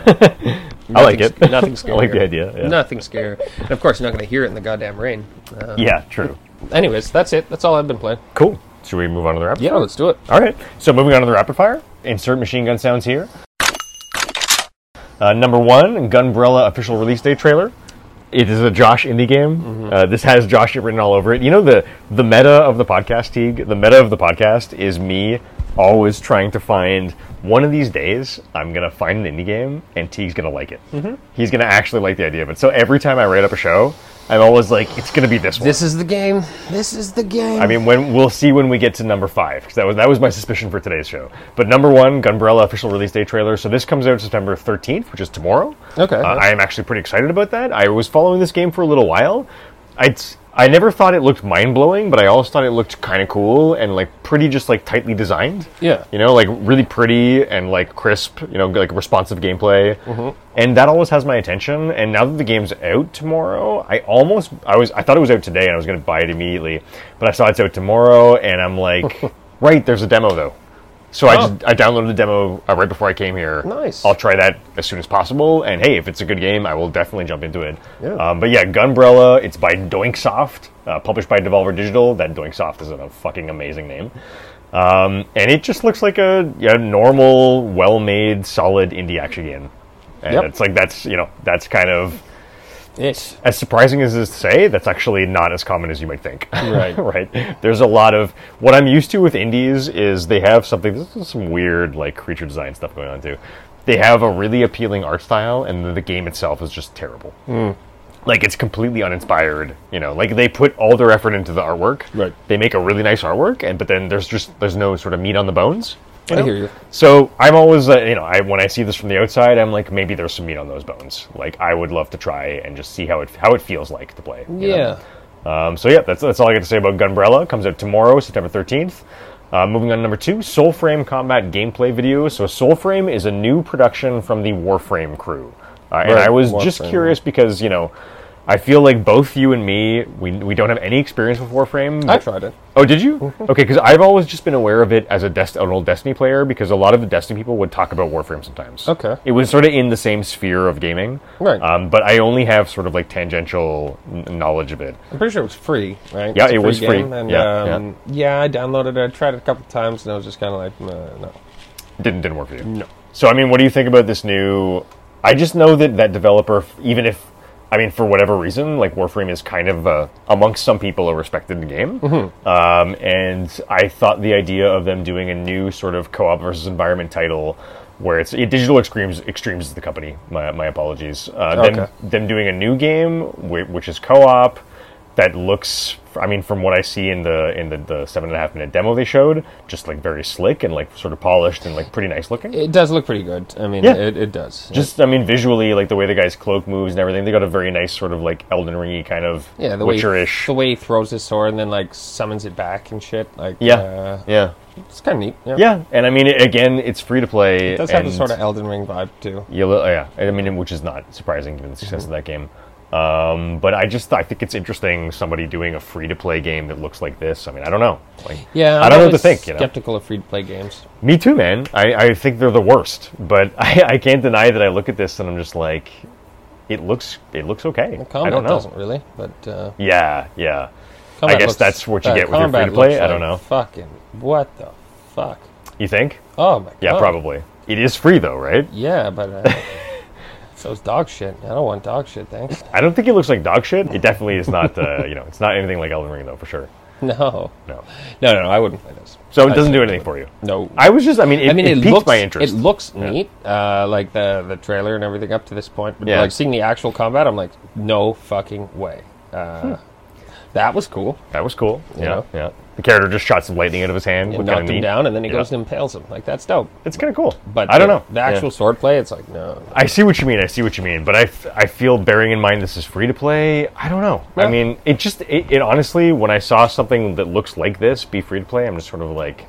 A: I like
B: nothing's-
A: it.
B: Nothing
A: I
B: scary.
A: like the idea. Yeah.
B: Nothing scary. And of course, you're not going to hear it in the goddamn rain. Uh,
A: Yeah. True.
B: Anyways, that's it. That's all I've been playing.
A: Cool. Should we move on to the rapid
B: Yeah,
A: fire?
B: let's do it.
A: All right. So moving on to the rapid fire. Insert machine gun sounds here. Uh, number one, Gunbrella official release day trailer. It is a Josh indie game. Uh, this has Josh written all over it. You know the the meta of the podcast, Teague. The meta of the podcast is me always trying to find one of these days I'm gonna find an indie game and Teague's gonna like it. He's gonna actually like the idea of it. So every time I write up a show, I'm always like, it's gonna be this one.
B: This is the game. This is the game.
A: I mean, when we'll see when we get to number five because that was that was my suspicion for today's show. But number one, Gunbrella official release day trailer. So this comes out September thirteenth, which is tomorrow.
B: Okay.
A: Uh, I am actually pretty excited about that. I was following this game for a little while. I I never thought it looked mind blowing, but I also thought it looked kind of cool and like pretty, just like tightly designed.
B: Yeah.
A: You know, like really pretty and like crisp. You know, like responsive gameplay.
B: Mm-hmm.
A: And that always has my attention. And now that the game's out tomorrow, I almost I was I thought it was out today and I was going to buy it immediately, but I saw it's out tomorrow and I'm like, right, there's a demo though. So I
B: Oh.
A: just I downloaded the demo uh, right before I came here.
B: Nice.
A: I'll try that as soon as possible. And hey, if it's a good game, I will definitely jump into it.
B: Yeah.
A: Um, but yeah, Gunbrella. It's by Doinksoft, uh, published by Devolver Digital. That Doinksoft is a fucking amazing name. Um, and it just looks like a you know, normal, well-made, solid indie action game. And
B: Yep.
A: it's like that's you know that's kind of
B: Yes.
A: as surprising as it is to say, that's actually not as common as you might think.
B: Right.
A: right. There's a lot of what I'm used to with indies is they have something. This is some weird like creature design stuff going on too. They have a really appealing art style, and the, the game itself is just terrible.
B: Hmm.
A: Like it's completely uninspired. You know, like they put all their effort into the artwork.
B: Right.
A: They make a really nice artwork, and but then there's just there's no sort of meat on the bones.
B: I hear you.
A: So I'm always, uh, you know, I, when I see this from the outside, I'm like, maybe there's some meat on those bones. Like I would love to try and just see how it how it feels like to play. you know?
B: Yeah.
A: Um, so yeah, that's that's all I got to say about Gunbrella. Comes out tomorrow, September 13th. Uh, moving on to number two, Soul Frame Combat gameplay video. So Soul Frame is a new production from the Warframe crew, uh, and
B: Right,
A: I was just
B: Warframe.
A: curious because you know, I feel like both you and me, we we don't have any experience with Warframe.
B: I
A: but-
B: tried it.
A: Oh, did you?
B: Mm-hmm.
A: Okay, because I've always just been aware of it as a Dest- an old Destiny player because a lot of the Destiny people would talk about Warframe sometimes.
B: Okay.
A: It was sort of in the same sphere of gaming.
B: Right.
A: Um, but I only have sort of like tangential n- knowledge of it.
B: I'm pretty sure it was free, right?
A: Yeah,
B: It's a
A: it was free.
B: game, And,
A: Yeah,
B: um, yeah. I downloaded it. I tried it a couple times, and I was just kind of like, uh, no.
A: Didn't didn't work for you. No. So I mean, what do you think about this new? I just know that that developer, f- even if I mean for whatever reason, like Warframe is kind of uh, amongst some people a respected game. Um, and I thought the idea of them doing a new sort of co-op versus environment title. Where it's it, Digital Extremes, Extremes is the company. My, my apologies. Uh, them,
B: Okay.
A: them doing a new game, whi- which is co-op, that looks i mean from what i see in the in the, the seven and a half minute demo they showed just like very slick and like sort of polished and like pretty nice looking
B: It does look pretty good. I mean,
A: Yeah.
B: it, it does.
A: just i mean visually like the way the guy's cloak moves and everything they got a very nice sort of like elden ringy kind of
B: yeah, the way,
A: witcherish
B: the way he throws his sword and then like summons it back and shit. Like,
A: yeah
B: uh,
A: yeah
B: it's kind of neat. Yeah.
A: yeah and i mean it, again it's free to play
B: It does have a
A: and-
B: sort of Elden Ring vibe too.
A: Yeah, li- yeah. I mean, which is not surprising given the success of that game. Um, but I just I think it's interesting somebody doing a free to play game that looks like this. I mean, I don't know. Like,
B: Yeah,
A: I don't know
B: I'm
A: what to
B: always
A: think. You know,
B: Skeptical of free to play games.
A: me too, man. I, I think they're the worst. But I, I can't deny that I look at this and I'm just like, it looks it looks okay.
B: Combat
A: I don't know.
B: doesn't really, but uh,
A: Yeah, yeah.
B: combat
A: I guess
B: looks-
A: that's what you
B: uh,
A: get with your free
B: combat
A: to play.
B: looks
A: I don't
B: like
A: know.
B: Fucking what the fuck?
A: You think?
B: Oh my god.
A: Yeah, probably. It is free though, right?
B: Yeah, but uh, so it's dog shit. I don't want dog shit. Thanks.
A: I don't think it looks like dog shit. It definitely is not. Uh, you know, it's not anything like Elden Ring though, for sure.
B: No.
A: No.
B: No, no, I wouldn't play this.
A: So it doesn't do anything for you.
B: No.
A: I was just, I mean, it,
B: I mean, it,
A: piqued
B: looks
A: my interest.
B: It looks neat, uh, like the the trailer and everything up to this point. But
A: Yeah.
B: like seeing the actual combat, I'm like, no fucking way. Uh, That was cool.
A: that was cool. Yeah,
B: Yeah.
A: yeah. The character just shot some lightning out of his hand.
B: It
A: looked
B: knocked
A: kinda
B: him
A: neat.
B: down, and then he
A: Yeah.
B: goes and impales him. Like that's dope.
A: It's kind of cool.
B: But
A: I don't
B: the-
A: know
B: the actual
A: Yeah.
B: sword play. It's like no.
A: I see what you mean. I see what you mean. But I, f- I feel bearing in mind this is free to play. I don't know. I
B: Yeah.
A: mean, it just it, it honestly when I saw something that looks like this be free to play, I'm just sort of like,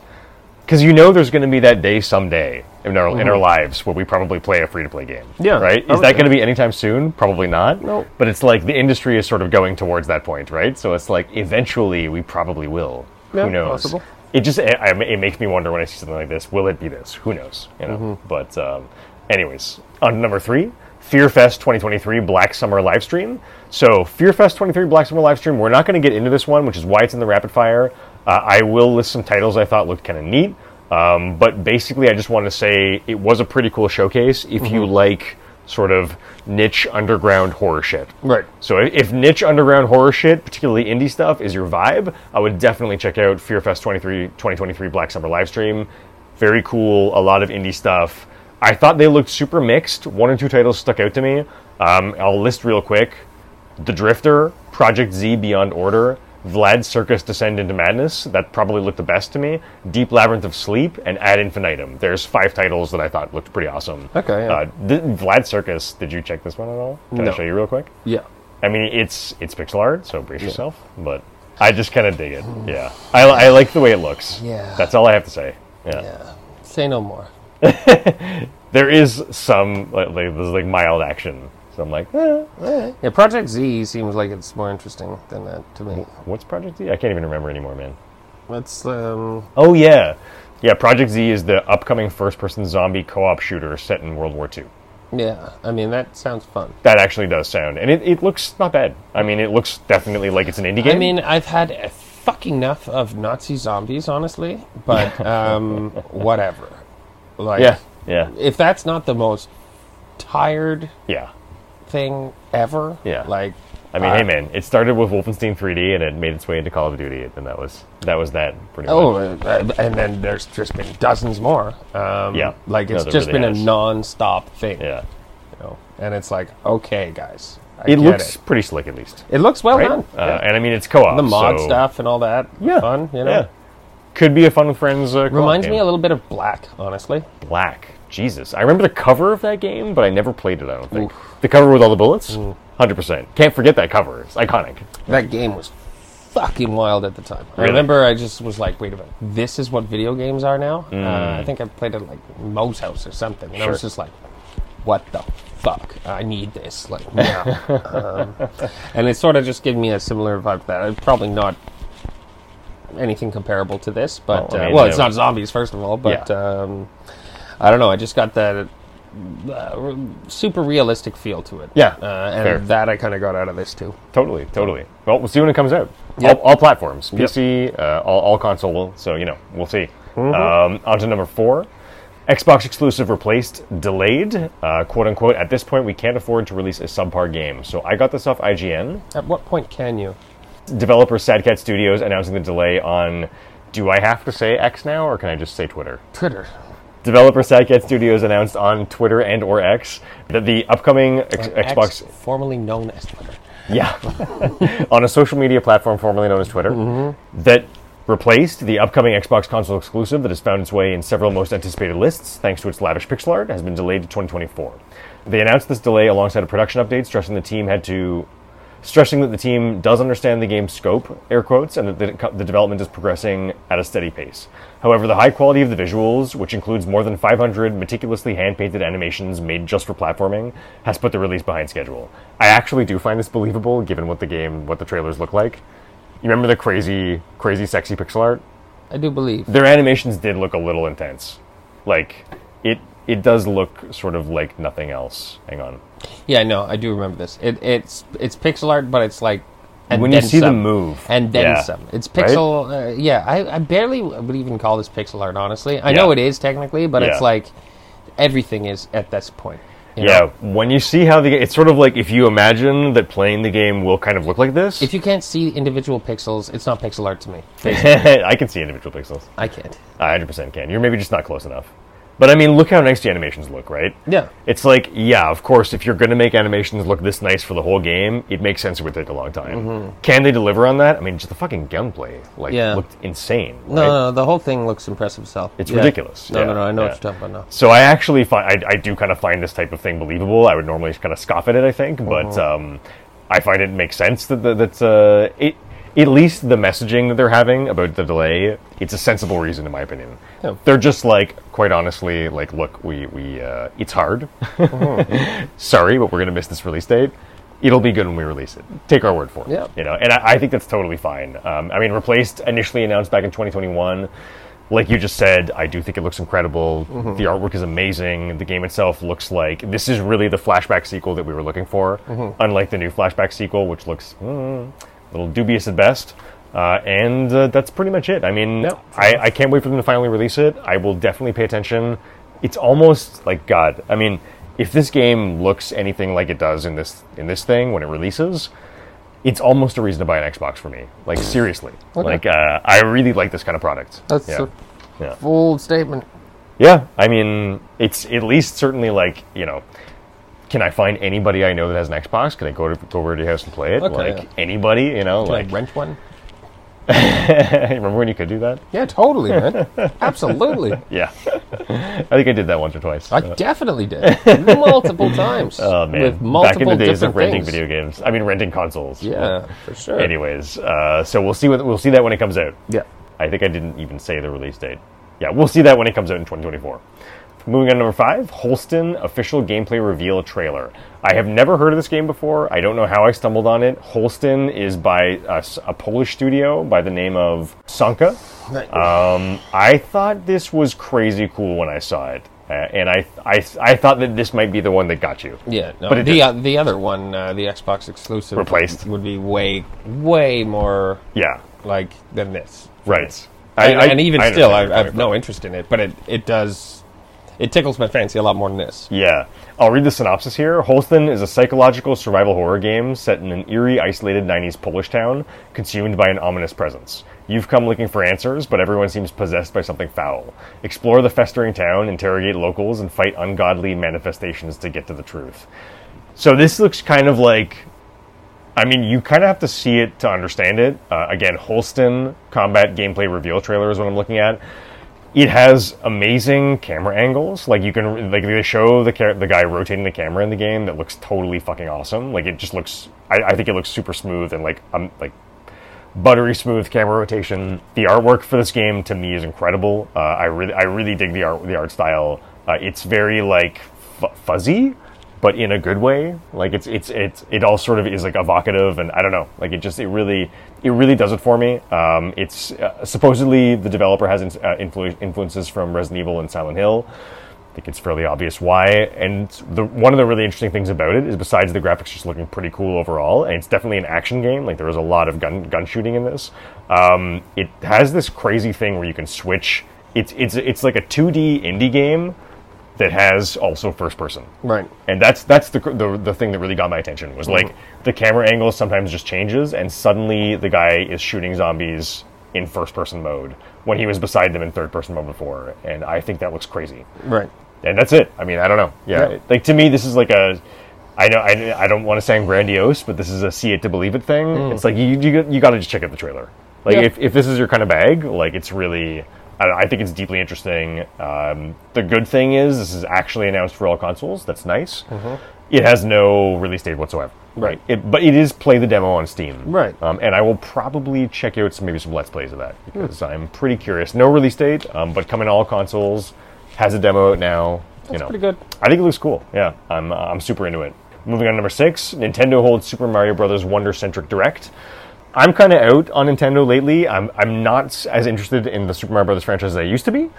A: because you know there's going to be that day someday in our in our lives where we probably play a free to play game.
B: Mm-hmm. Yeah,
A: Right? Is that
B: probably.
A: going to be anytime soon? Probably not.
B: Nope.
A: But it's like the industry is sort of going towards that point, right? So it's like eventually we probably will.
B: Yeah,
A: Who knows?
B: possible.
A: it just it, I, it makes me wonder when I see something like this. Will it be this? Who knows? You know. But um, anyways, on number three, Fearfest 2023 Black Summer livestream. So Fearfest 23 Black Summer livestream. We're not going to get into this one, which is why it's in the rapid fire. Uh, I will list some titles I thought looked kind of neat. Um, but basically, I just want to say it was a pretty cool showcase. If you like sort of niche underground horror shit,
B: Right.
A: so if, if niche underground horror shit, particularly indie stuff, is your vibe, I would definitely check out Fearfest 23 2023 Black Summer livestream. Very cool, a lot of indie stuff. I thought they looked super mixed. One or two titles stuck out to me. Um, I'll list real quick: The Drifter, Project Z Beyond Order, Vlad Circus Descend into Madness. That probably looked the best to me. Deep Labyrinth of Sleep and Ad Infinitum. There's five titles that I thought looked pretty awesome.
B: Okay, yeah.
A: Uh, th- Vlad Circus. Did you check this one at all? Can I
B: No.
A: show you real quick?
B: Yeah.
A: I mean, it's it's pixel art, so brace yourself. But I just kind of dig it. Yeah, I, I like the way it looks.
B: Yeah.
A: that's all I have to say. Yeah,
B: Yeah. Say no more.
A: there is some like, like there's like mild action. So I'm like, eh,
B: Yeah, Project Z seems like it's more interesting than that to me.
A: what's Project Z? I can't even remember anymore, man.
B: That's um,
A: Oh yeah, yeah. Project Z is the upcoming first-person zombie co-op shooter set in World War II.
B: yeah. I mean, that sounds fun.
A: That actually does sound, and it, it looks not bad. I mean, it looks definitely like it's an indie game.
B: I mean, I've had a fucking enough of Nazi zombies, honestly. But um, whatever. Like,
A: yeah, yeah,
B: if that's not the most tired
A: yeah.
B: thing ever.
A: Yeah.
B: Like,
A: I mean,
B: Uh,
A: hey man, it started with Wolfenstein 3D and it made its way into Call of Duty, and that was that was that pretty
B: oh,
A: much.
B: uh, and then there's just been dozens more. Um,
A: Yeah.
B: Like,
A: No,
B: it's
A: there
B: just
A: really
B: been
A: has.
B: a non-stop thing.
A: Yeah,
B: You know? And it's like, okay, guys. I
A: it
B: get
A: looks
B: It.
A: pretty slick at least,
B: It looks well
A: right?
B: done.
A: Uh, And I mean, it's co-op.
B: the mod
A: so-
B: stuff and all that.
A: Yeah,
B: Fun, you know?
A: Yeah, could be a fun with friends. Uh, co-op
B: Reminds
A: game.
B: me a little bit of Black, honestly.
A: Black. Jesus, I remember the cover of that game, but I never played it. I don't think the cover with all the bullets. Hundred percent. Can't forget that cover. It's iconic.
B: That game was fucking wild at the time. I
A: Really?
B: remember I just was like, wait a minute, this is what video games are now? Uh, I think I played it at, like Moe's house or something. And I was
A: Mm. Sure.
B: just like, what the fuck? I need this. Like, now. um, and it sort of just gave me a similar vibe to that. Uh, Probably not anything comparable to this, but,
A: Well, I
B: uh,
A: mean,
B: well, it's
A: no.
B: not zombies, first of all, but
A: Yeah.
B: um, I don't know. I just got that. Uh, r- super realistic feel to it.
A: Yeah,
B: Uh, and
A: fair.
B: that I kind of got out of this too.
A: Totally, totally. Well, we'll see when it comes out.
B: Yep.
A: All, all platforms, PC, uh, all, all console. So you know, we'll see.
B: Mm-hmm.
A: Um, on to number four. Xbox exclusive replaced, delayed, uh, quote unquote. At this point, we can't afford to release a subpar game. So I got this off IGN.
B: At what point can you?
A: Developer Sad Cat Studios announcing the delay on. Do I have to say X now, or can I just say Twitter?
B: Twitter.
A: Developer Sidecat Studios announced on Twitter and or X that the upcoming X- Xbox,
B: X, formerly known as Twitter.
A: yeah, on a social media platform formerly known as Twitter, that replaced the upcoming Xbox console exclusive that has found its way in several most anticipated lists thanks to its lavish pixel art has been delayed to 2024. They announced this delay alongside a production update stressing the team had to stressing that the team does understand the game's scope, air quotes, and that the, co- the development is progressing at a steady pace. However, the high quality of the visuals, which includes more than 500 meticulously hand painted animations made just for platforming, has put the release behind schedule. I actually do find this believable given what the game, what the trailers look like. You remember the crazy, crazy sexy pixel art?
B: I do believe.
A: Their animations did look a little intense. Like, it, it does look sort of like nothing else. Hang on.
B: Yeah, no, I do remember this. It, it's it's pixel art, but it's like and
A: When you
B: then
A: see them
B: some.
A: move,
B: and then
A: yeah,
B: some. It's
A: right?
B: pixel. Uh, yeah, I, I barely would even call this pixel art. Honestly, I know
A: Yeah.
B: it is technically, but
A: Yeah.
B: it's like everything is at this point. you know?
A: Yeah, when you see how the ga- it's sort of like if you imagine that playing the game will kind of look like this.
B: If you can't see individual pixels, it's not pixel art to me.
A: I can see individual pixels.
B: I can't.
A: I 100% can. You're maybe just not close enough. But I mean, look how nice the animations look, right?
B: Yeah.
A: It's like, yeah, of course, if you're going to make animations look this nice for the whole game, it makes sense it would take a long time. Can they deliver on that? I mean, just the fucking gunplay like
B: Mm-hmm. Yeah.
A: looked insane.
B: No,
A: right?
B: no, no, the whole thing looks impressive as hell.
A: It's
B: Yeah.
A: ridiculous.
B: No,
A: Yeah,
B: no, no. I know
A: yeah.
B: what you're talking about now.
A: So I actually find I, I do kind of find this type of thing believable. I would normally kind of scoff at it, I think, but um, I find it makes sense that that that's, uh, it. At least the messaging that they're having about the delay, it's a sensible reason, in my opinion.
B: Yeah.
A: They're just like, quite honestly, like, look, we we uh, it's hard. Sorry, but we're gonna miss this release date. It'll be good when we release it. Take our word for it.
B: Yeah.
A: You know, and I, I think that's totally fine. Um, I mean, replaced initially announced back in 2021 like you just said, I do think it looks incredible. The artwork is amazing. The game itself looks like this is really the flashback sequel that we were looking for, unlike the new flashback sequel, which looks mm, a little dubious at best. Uh, and uh, that's pretty much it. I mean, I, I can't wait for them to finally release it. I will definitely pay attention. It's almost like God. I mean, if this game looks anything like it does in this in this thing when it releases, it's almost a reason to buy an Xbox for me. Like seriously, like uh, I really like this kind of product.
B: That's
A: Yeah.
B: a bold statement.
A: Yeah, I mean, it's at least certainly like you know, can I find anybody I know that has an Xbox? Can I go to go over to your house and play it?
B: Okay,
A: like
B: yeah.
A: anybody, you know,
B: Can
A: like
B: I rent one?
A: remember when you could do that?
B: Yeah, totally, man. Absolutely.
A: Yeah, I think I did that once or twice.
B: I definitely did multiple times.
A: Uh, oh man,
B: with multiple
A: back in the days
B: different
A: of renting
B: things.
A: video games. I mean, renting consoles.
B: Yeah, for sure.
A: Anyways, uh, so we'll see what we'll see that when it comes out.
B: Yeah.
A: I think I didn't even say the release date. Yeah, we'll see that when it comes out in 2024. Moving on to number five, Holston official gameplay reveal trailer. I have never heard of this game before. I don't know how I stumbled on it. Holston is by a, s- a Polish studio by the name of Sanka. Um, I thought this was crazy cool when I saw it, uh, and I, I I thought that this might be the one that got you.
B: Yeah, no,
A: But it
B: the
A: did.
B: uh, the other one, uh, the Xbox exclusive,
A: Replaced.
B: would be way way more
A: Yeah,
B: like than this.
A: right.
B: and, and even still,
A: understand where
B: I, I
A: you're
B: have
A: coming
B: no interest in it. But it it does
E: it tickles my fancy a lot more than this.
A: Yeah. I'll read the synopsis here. Holsten is a psychological survival horror game set in an eerie, isolated 90s Polish town, consumed by an ominous presence. You've come looking for answers, but everyone seems possessed by something foul. Explore the festering town, interrogate locals, and fight ungodly manifestations to get to the truth. So this looks kind of like. I mean, you kind of have to see it to understand it. Uh, again, Holsten combat gameplay reveal trailer is what I'm looking at it has amazing camera angles. Like you can like they show the car- the guy rotating the camera in the game that looks totally fucking awesome. Like it just looks. I, I think it looks super smooth and like um like buttery smooth camera rotation. The artwork for this game to me is incredible. Uh, I really I really dig the art the art style. Uh, it's very like fu- fuzzy, but in a good way. Like it's it's it's it all sort of is like evocative, and I don't know. Like it just it really it really does it for me. Um, it's uh, supposedly the developer has in, uh, influ- influences from Resident Evil and Silent Hill. I think it's fairly obvious why. And the one of the really interesting things about it is besides the graphics just looking pretty cool overall, and it's definitely an action game. Like there was a lot of gun gun shooting in this. Um, it has this crazy thing where you can switch. It's it's it's like a 2D indie game that has also first person
E: Right.
A: and that's that's the, the the thing that really got my attention was like the camera angle sometimes just changes and suddenly the guy is shooting zombies in first person mode when he was beside them in third person mode before and i think that looks crazy
E: Right.
A: and that's it i mean i don't know yeah,
E: Yeah.
A: like to me this is like a I know I, I don't want to sound grandiose, but this is a see it to believe it thing. It's like you you, you got to just check out the trailer. Like
E: Mm. Yeah.
A: if, if this is your kind of bag, like it's really I, don't know, I think it's deeply interesting. Um, the good thing is this is actually announced for all consoles. That's nice. It has no release date whatsoever.
E: Mm-hmm. Right.
A: It, but it is play the demo on Steam.
E: Right.
A: Um, and I will probably check out some maybe some let's plays of that because I'm pretty curious. No release date, um, but coming to all consoles has a demo out now. you know,
E: pretty good.
A: I think it looks cool. Yeah, I'm uh, I'm super into it. Moving on to number six, Nintendo holds Super Mario Brothers Wonder Centric Direct. I'm kind of out on Nintendo lately. I'm I'm not s- as interested in the Super Mario Brothers franchise as I used to be.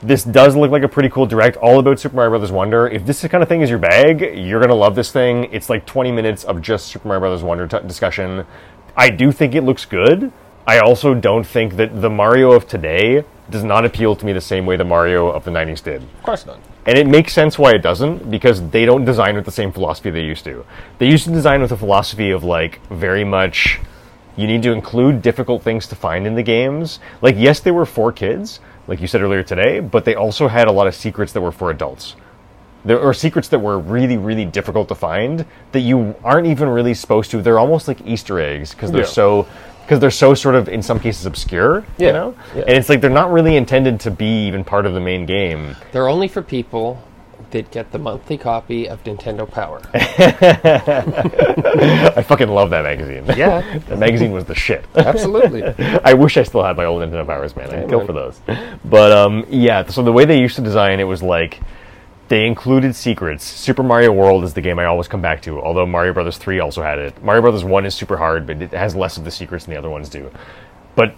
A: This does look like a pretty cool direct, all about Super Mario Brothers Wonder. If this kind of thing is your bag, you're gonna love this thing. It's like 20 minutes of just Super Mario Brothers Wonder t- discussion. I do think it looks good. I also don't think that the Mario of today does not appeal to me the same way the Mario of the 90s did.
E: Of course not.
A: And it makes sense why it doesn't, because they don't design with the same philosophy they used to. They used to design with a philosophy of like very much you need to include difficult things to find in the games. Like, yes, they were for kids, like you said earlier today, but they also had a lot of secrets that were for adults. There are secrets that were really, really difficult to find that you aren't even really supposed to. They're almost like Easter eggs because they're
E: Yeah.
A: so because they're so sort of in some cases obscure, you
E: Yeah.
A: know.
E: Yeah.
A: And it's like they're not really intended to be even part of the main game.
E: They're only for people that get the monthly copy of Nintendo Power.
A: I fucking love that magazine.
E: Yeah.
A: that magazine was the shit.
E: Absolutely.
A: I wish I still had my old Nintendo Powers, man. I'd kill for those. But um, yeah, so the way they used to design it was like they included secrets. Super Mario World is the game I always come back to, although Mario Brothers 3 also had it. Mario Brothers 1 is super hard, but it has less of the secrets than the other ones do. But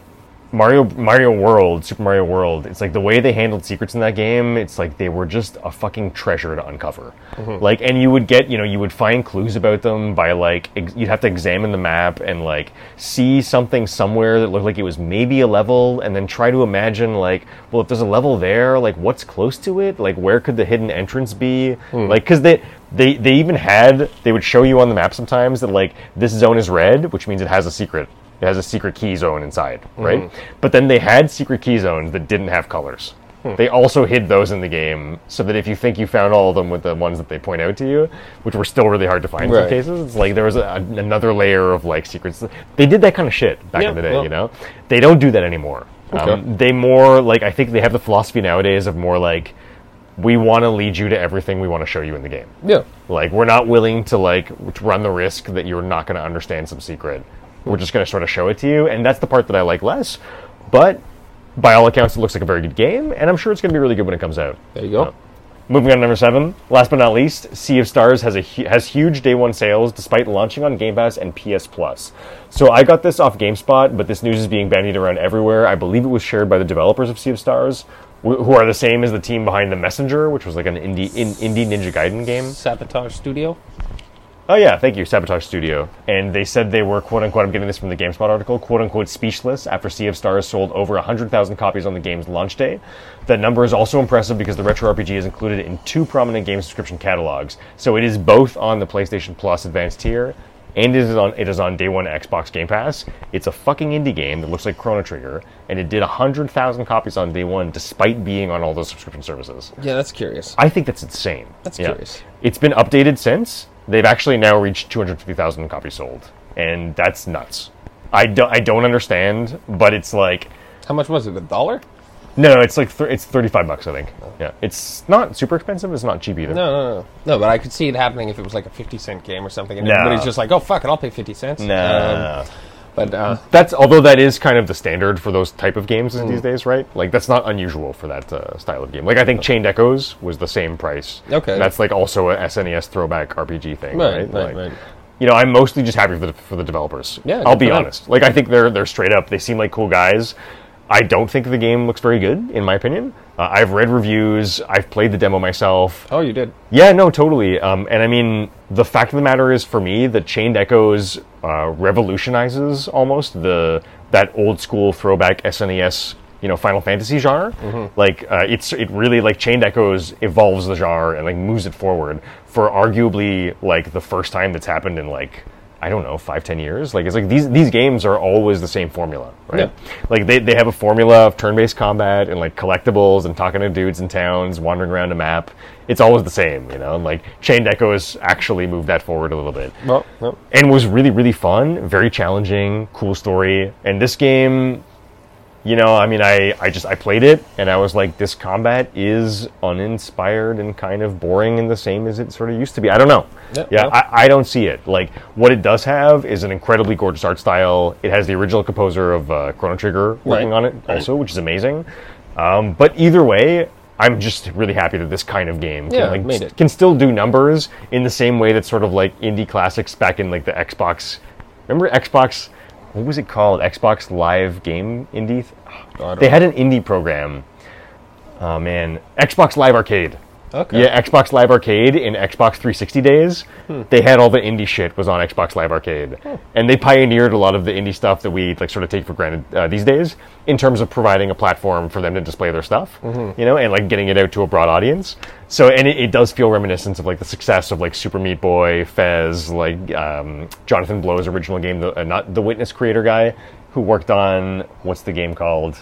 A: Mario Mario World, Super Mario World, it's like the way they handled secrets in that game, it's like they were just a fucking treasure to uncover. Like and you would get, you know, you would find clues about them by like ex- you'd have to examine the map and like see something somewhere that looked like it was maybe a level and then try to imagine like, well, if there's a level there, like what's close to it? Like where could the hidden entrance be? Like cuz they they they even had they would show you on the map sometimes that like this zone is red, which means it has a secret. It has a secret key zone inside,
E: Mm-hmm.
A: right? But then they had secret key zones that didn't have colors.
E: Hmm.
A: They also hid those in the game so that if you think you found all of them with the ones that they point out to you, which were still really hard to find in some
E: Right.
A: cases, it's like there was a, another layer of like secrets. They did that kind of shit back
E: Yeah,
A: in the day,
E: well.
A: you know? They don't do that anymore.
E: Okay.
A: Um, they more like, I think they have the philosophy nowadays of more like, we want to lead you to everything we want to show you in the game.
E: yeah.
A: Like we're not willing to like to run the risk that you're not going to understand some secret. We're just going to sort of show it to you, and that's the part that I like less. But by all accounts, it looks like a very good game, and I'm sure it's going to be really good when it comes out.
E: There you go.
A: Moving on to number seven. Last but not least, Sea of Stars has a hu- has huge day one sales despite launching on Game Pass and PS Plus. So I got this off GameSpot, but this news is being bandied around everywhere. I believe it was shared by the developers of Sea of Stars, wh- who are the same as the team behind The Messenger, which was like an indie in, indie Ninja Gaiden game.
E: Sabotage Studio.
A: Oh yeah, thank you, Sabotage Studio. And they said they were quote unquote. I'm getting this from the GameSpot article. Quote unquote speechless after Sea of Stars sold over hundred thousand copies on the game's launch day. That number is also impressive because the retro RPG is included in two prominent game subscription catalogs. So it is both on the PlayStation Plus Advanced tier, and it is on it is on day one Xbox Game Pass. It's a fucking indie game that looks like Chrono Trigger, and it did hundred thousand copies on day one despite being on all those subscription services.
E: Yeah, that's curious.
A: I think that's insane.
E: That's curious.
A: It's been updated since. They've actually now reached 250,000 copies sold, and that's nuts. I don't, I don't understand, but it's like
E: How much was it? A dollar?
A: no, no, it's like th- it's 35 bucks, I think. Yeah, it's not super expensive. It's not cheap either.
E: Oh. No, no, no, no. But I could see it happening if it was like a fifty cent game or something, and
A: No.
E: everybody's just like, "Oh fuck it, I'll pay fifty cents." Um,
A: No.
E: but uh,
A: That's although that is kind of the standard for those type of games
E: Hmm.
A: these days, right? Like that's not unusual for that uh, style of game. Like I think Chained Echoes was the same price.
E: Okay.
A: that's like also a SNES throwback RPG thing,
E: Right,
A: right?
E: right,
A: Like,
E: right.
A: You know, I'm mostly just happy for the for the developers.
E: Yeah,
A: I'll
E: good
A: be
E: for them.
A: honest. Like I think they're they're straight up. They seem like cool guys. I don't think the game looks very good, in my opinion. Uh, I've read reviews. I've played the demo myself.
E: oh, you did.
A: Yeah, no, totally. Um, and I mean, the fact of the matter is, for me, the Chained Echoes uh, revolutionizes almost the that old school throwback SNES, you know, Final Fantasy genre. Like, uh, it's it really like Chained Echoes evolves the genre and like moves it forward for arguably like the first time that's happened in like I don't know, five, ten years. Like it's like these these games are always the same formula, right? Like they, they have a formula of turn-based combat and like collectibles and talking to dudes in towns, wandering around a map. It's always the same, you know. And like Chained Echoes actually moved that forward a little bit
E: Well, no.
A: and was really really fun very challenging cool story and this game you know i mean i i just i played it and i was like this combat is uninspired and kind of boring and the same as it sort of used to be i don't know
E: Yeah,
A: yeah
E: no.
A: I, I don't see it like what it does have is an incredibly gorgeous art style it has the original composer of uh, chrono trigger working
E: Right.
A: on it also which is amazing um, but either way i'm just really happy that this kind of game
E: Yeah,
A: can, like,
E: made
A: st-
E: it.
A: can still do numbers in the same way that sort of like indie classics back in like the Xbox. Remember Xbox? What was it called? Xbox Live Game Indie. Th-
E: don't
A: they had an indie program. Oh man, Xbox Live Arcade.
E: Okay.
A: Yeah, Xbox Live Arcade in Xbox 360 days, they had all the indie shit was on Xbox Live Arcade, and they pioneered a lot of the indie stuff that we like sort of take for granted uh, these days in terms of providing a platform for them to display their stuff, you know, and like getting it out to a broad audience. So, and it, it does feel reminiscent of like the success of like Super Meat Boy, Fez, like um, Jonathan Blow's original game, the, uh, not the Witness creator guy who worked on what's the game called?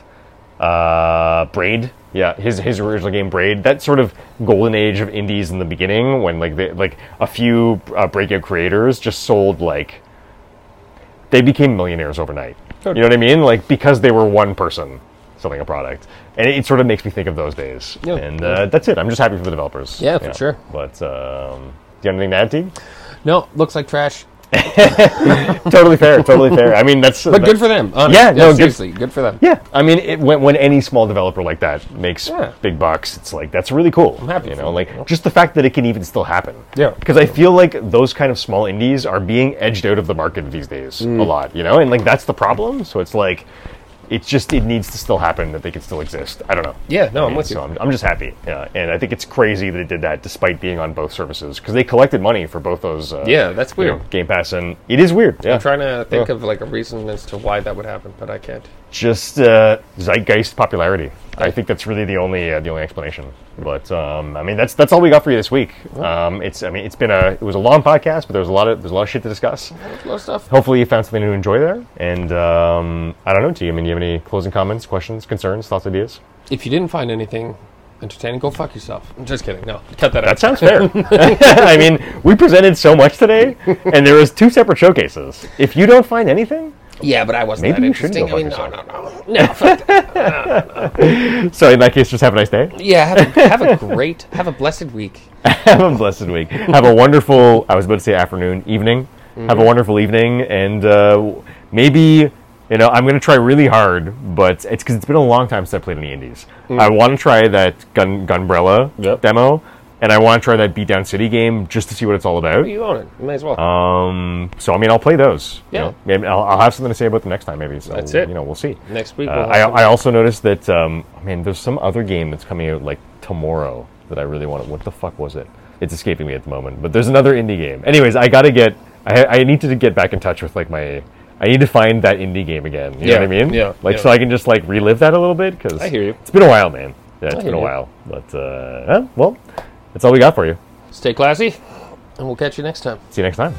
A: uh, Braid. Yeah, his his original game Braid. That sort of golden age of indies in the beginning, when like they, like a few uh, breakout creators just sold like they became millionaires overnight. You know what I mean? Like because they were one person selling a product, and it, sort of makes me think of those days.
E: Yeah.
A: And uh, that's it. I'm just happy for the developers.
E: Yeah, for sure.
A: But um, do you have anything to add, T?
E: no, looks like trash.
A: totally fair. Totally fair. I mean, that's
E: But good for them. honest.
A: Yeah, no, good-
E: seriously, good, for them.
A: Yeah, I mean, it, when when any small developer like that makes
E: Yeah.
A: big bucks, it's like that's really cool. I'm
E: happy
A: you
E: for
A: know,
E: them,
A: like just the fact that it can even still happen.
E: Yeah.
A: because I feel like those kind of small indies are being edged out of the market these days
E: Mm.
A: a lot. You know, and like that's the problem. So it's like, it's just it needs to still happen that they can still exist. I don't know.
E: Yeah, no,
A: I
E: I'm with
A: so
E: you.
A: I'm, I'm just happy, yeah. And I think it's crazy that it did that despite being on both services because they collected money for both those. Uh,
E: Yeah, that's
A: you know,
E: weird.
A: Game Pass, and it is weird. Yeah,
E: I'm trying to think of like a reason as to why that would happen, but I can't.
A: just uh, zeitgeist popularity. I think that's really the only uh, the only explanation. But um, I mean, that's that's all we got for you this week. Um, it's I mean, it's been a it was a long podcast, but there was a lot of there's a lot of shit to discuss.
E: A
B: Mm-hmm.
E: lot of stuff.
A: Hopefully, you found something to enjoy there. And um, I don't know, T. I mean, do you have any closing comments, questions, concerns, thoughts, ideas?
E: If you didn't find anything entertaining, go fuck yourself. I'm just kidding. No, cut that
A: That
E: out.
A: sounds fair. I mean, we presented so much today, and there was two separate showcases. If you don't find anything,
E: yeah, but I wasn't
A: Maybe
E: that
A: you shouldn't
E: interesting. I
A: go
E: mean, no,
A: fuck
E: no, no, no. fuck that.
A: so in that case, just have a nice day.
E: Yeah, have a, have a great, have a blessed week.
A: have a blessed week. Have a wonderful. I was about to say afternoon, evening. Have
E: Mm-hmm.
A: a wonderful evening, and uh, maybe you know I'm going to try really hard, but it's because it's been a long time since I played any indies. I want to try that Gun Gunbrella
E: Mm. Yep.
A: demo, and I want to try that Beatdown City game just to see what it's all about.
E: You own it. You may as well.
A: Um, so I mean, I'll play those. you
E: Yeah.
A: know. Maybe I'll, I'll have something to say about them next time. Maybe so,
E: That's it.
A: You know, we'll see.
E: Next week.
A: Uh,
E: we'll
A: I,
E: have some-
A: I also noticed that um, I mean, there's some other game that's coming out like tomorrow that I really want. What the fuck was it? It's escaping me at the moment. But there's another indie game. Anyways, I gotta get. I, I need to get back in touch with like my. I need to find that indie game again. You
E: Yeah,
A: know what I mean?
E: yeah,
A: Like
E: yeah.
A: so I can just like relive that a little bit because
E: I hear you.
A: It's been a while, man. Yeah, it's
E: I
A: been a
E: hear you.
A: while. But uh, yeah, well, that's all we got for you.
E: Stay classy, and we'll catch you next time.
A: See you next time.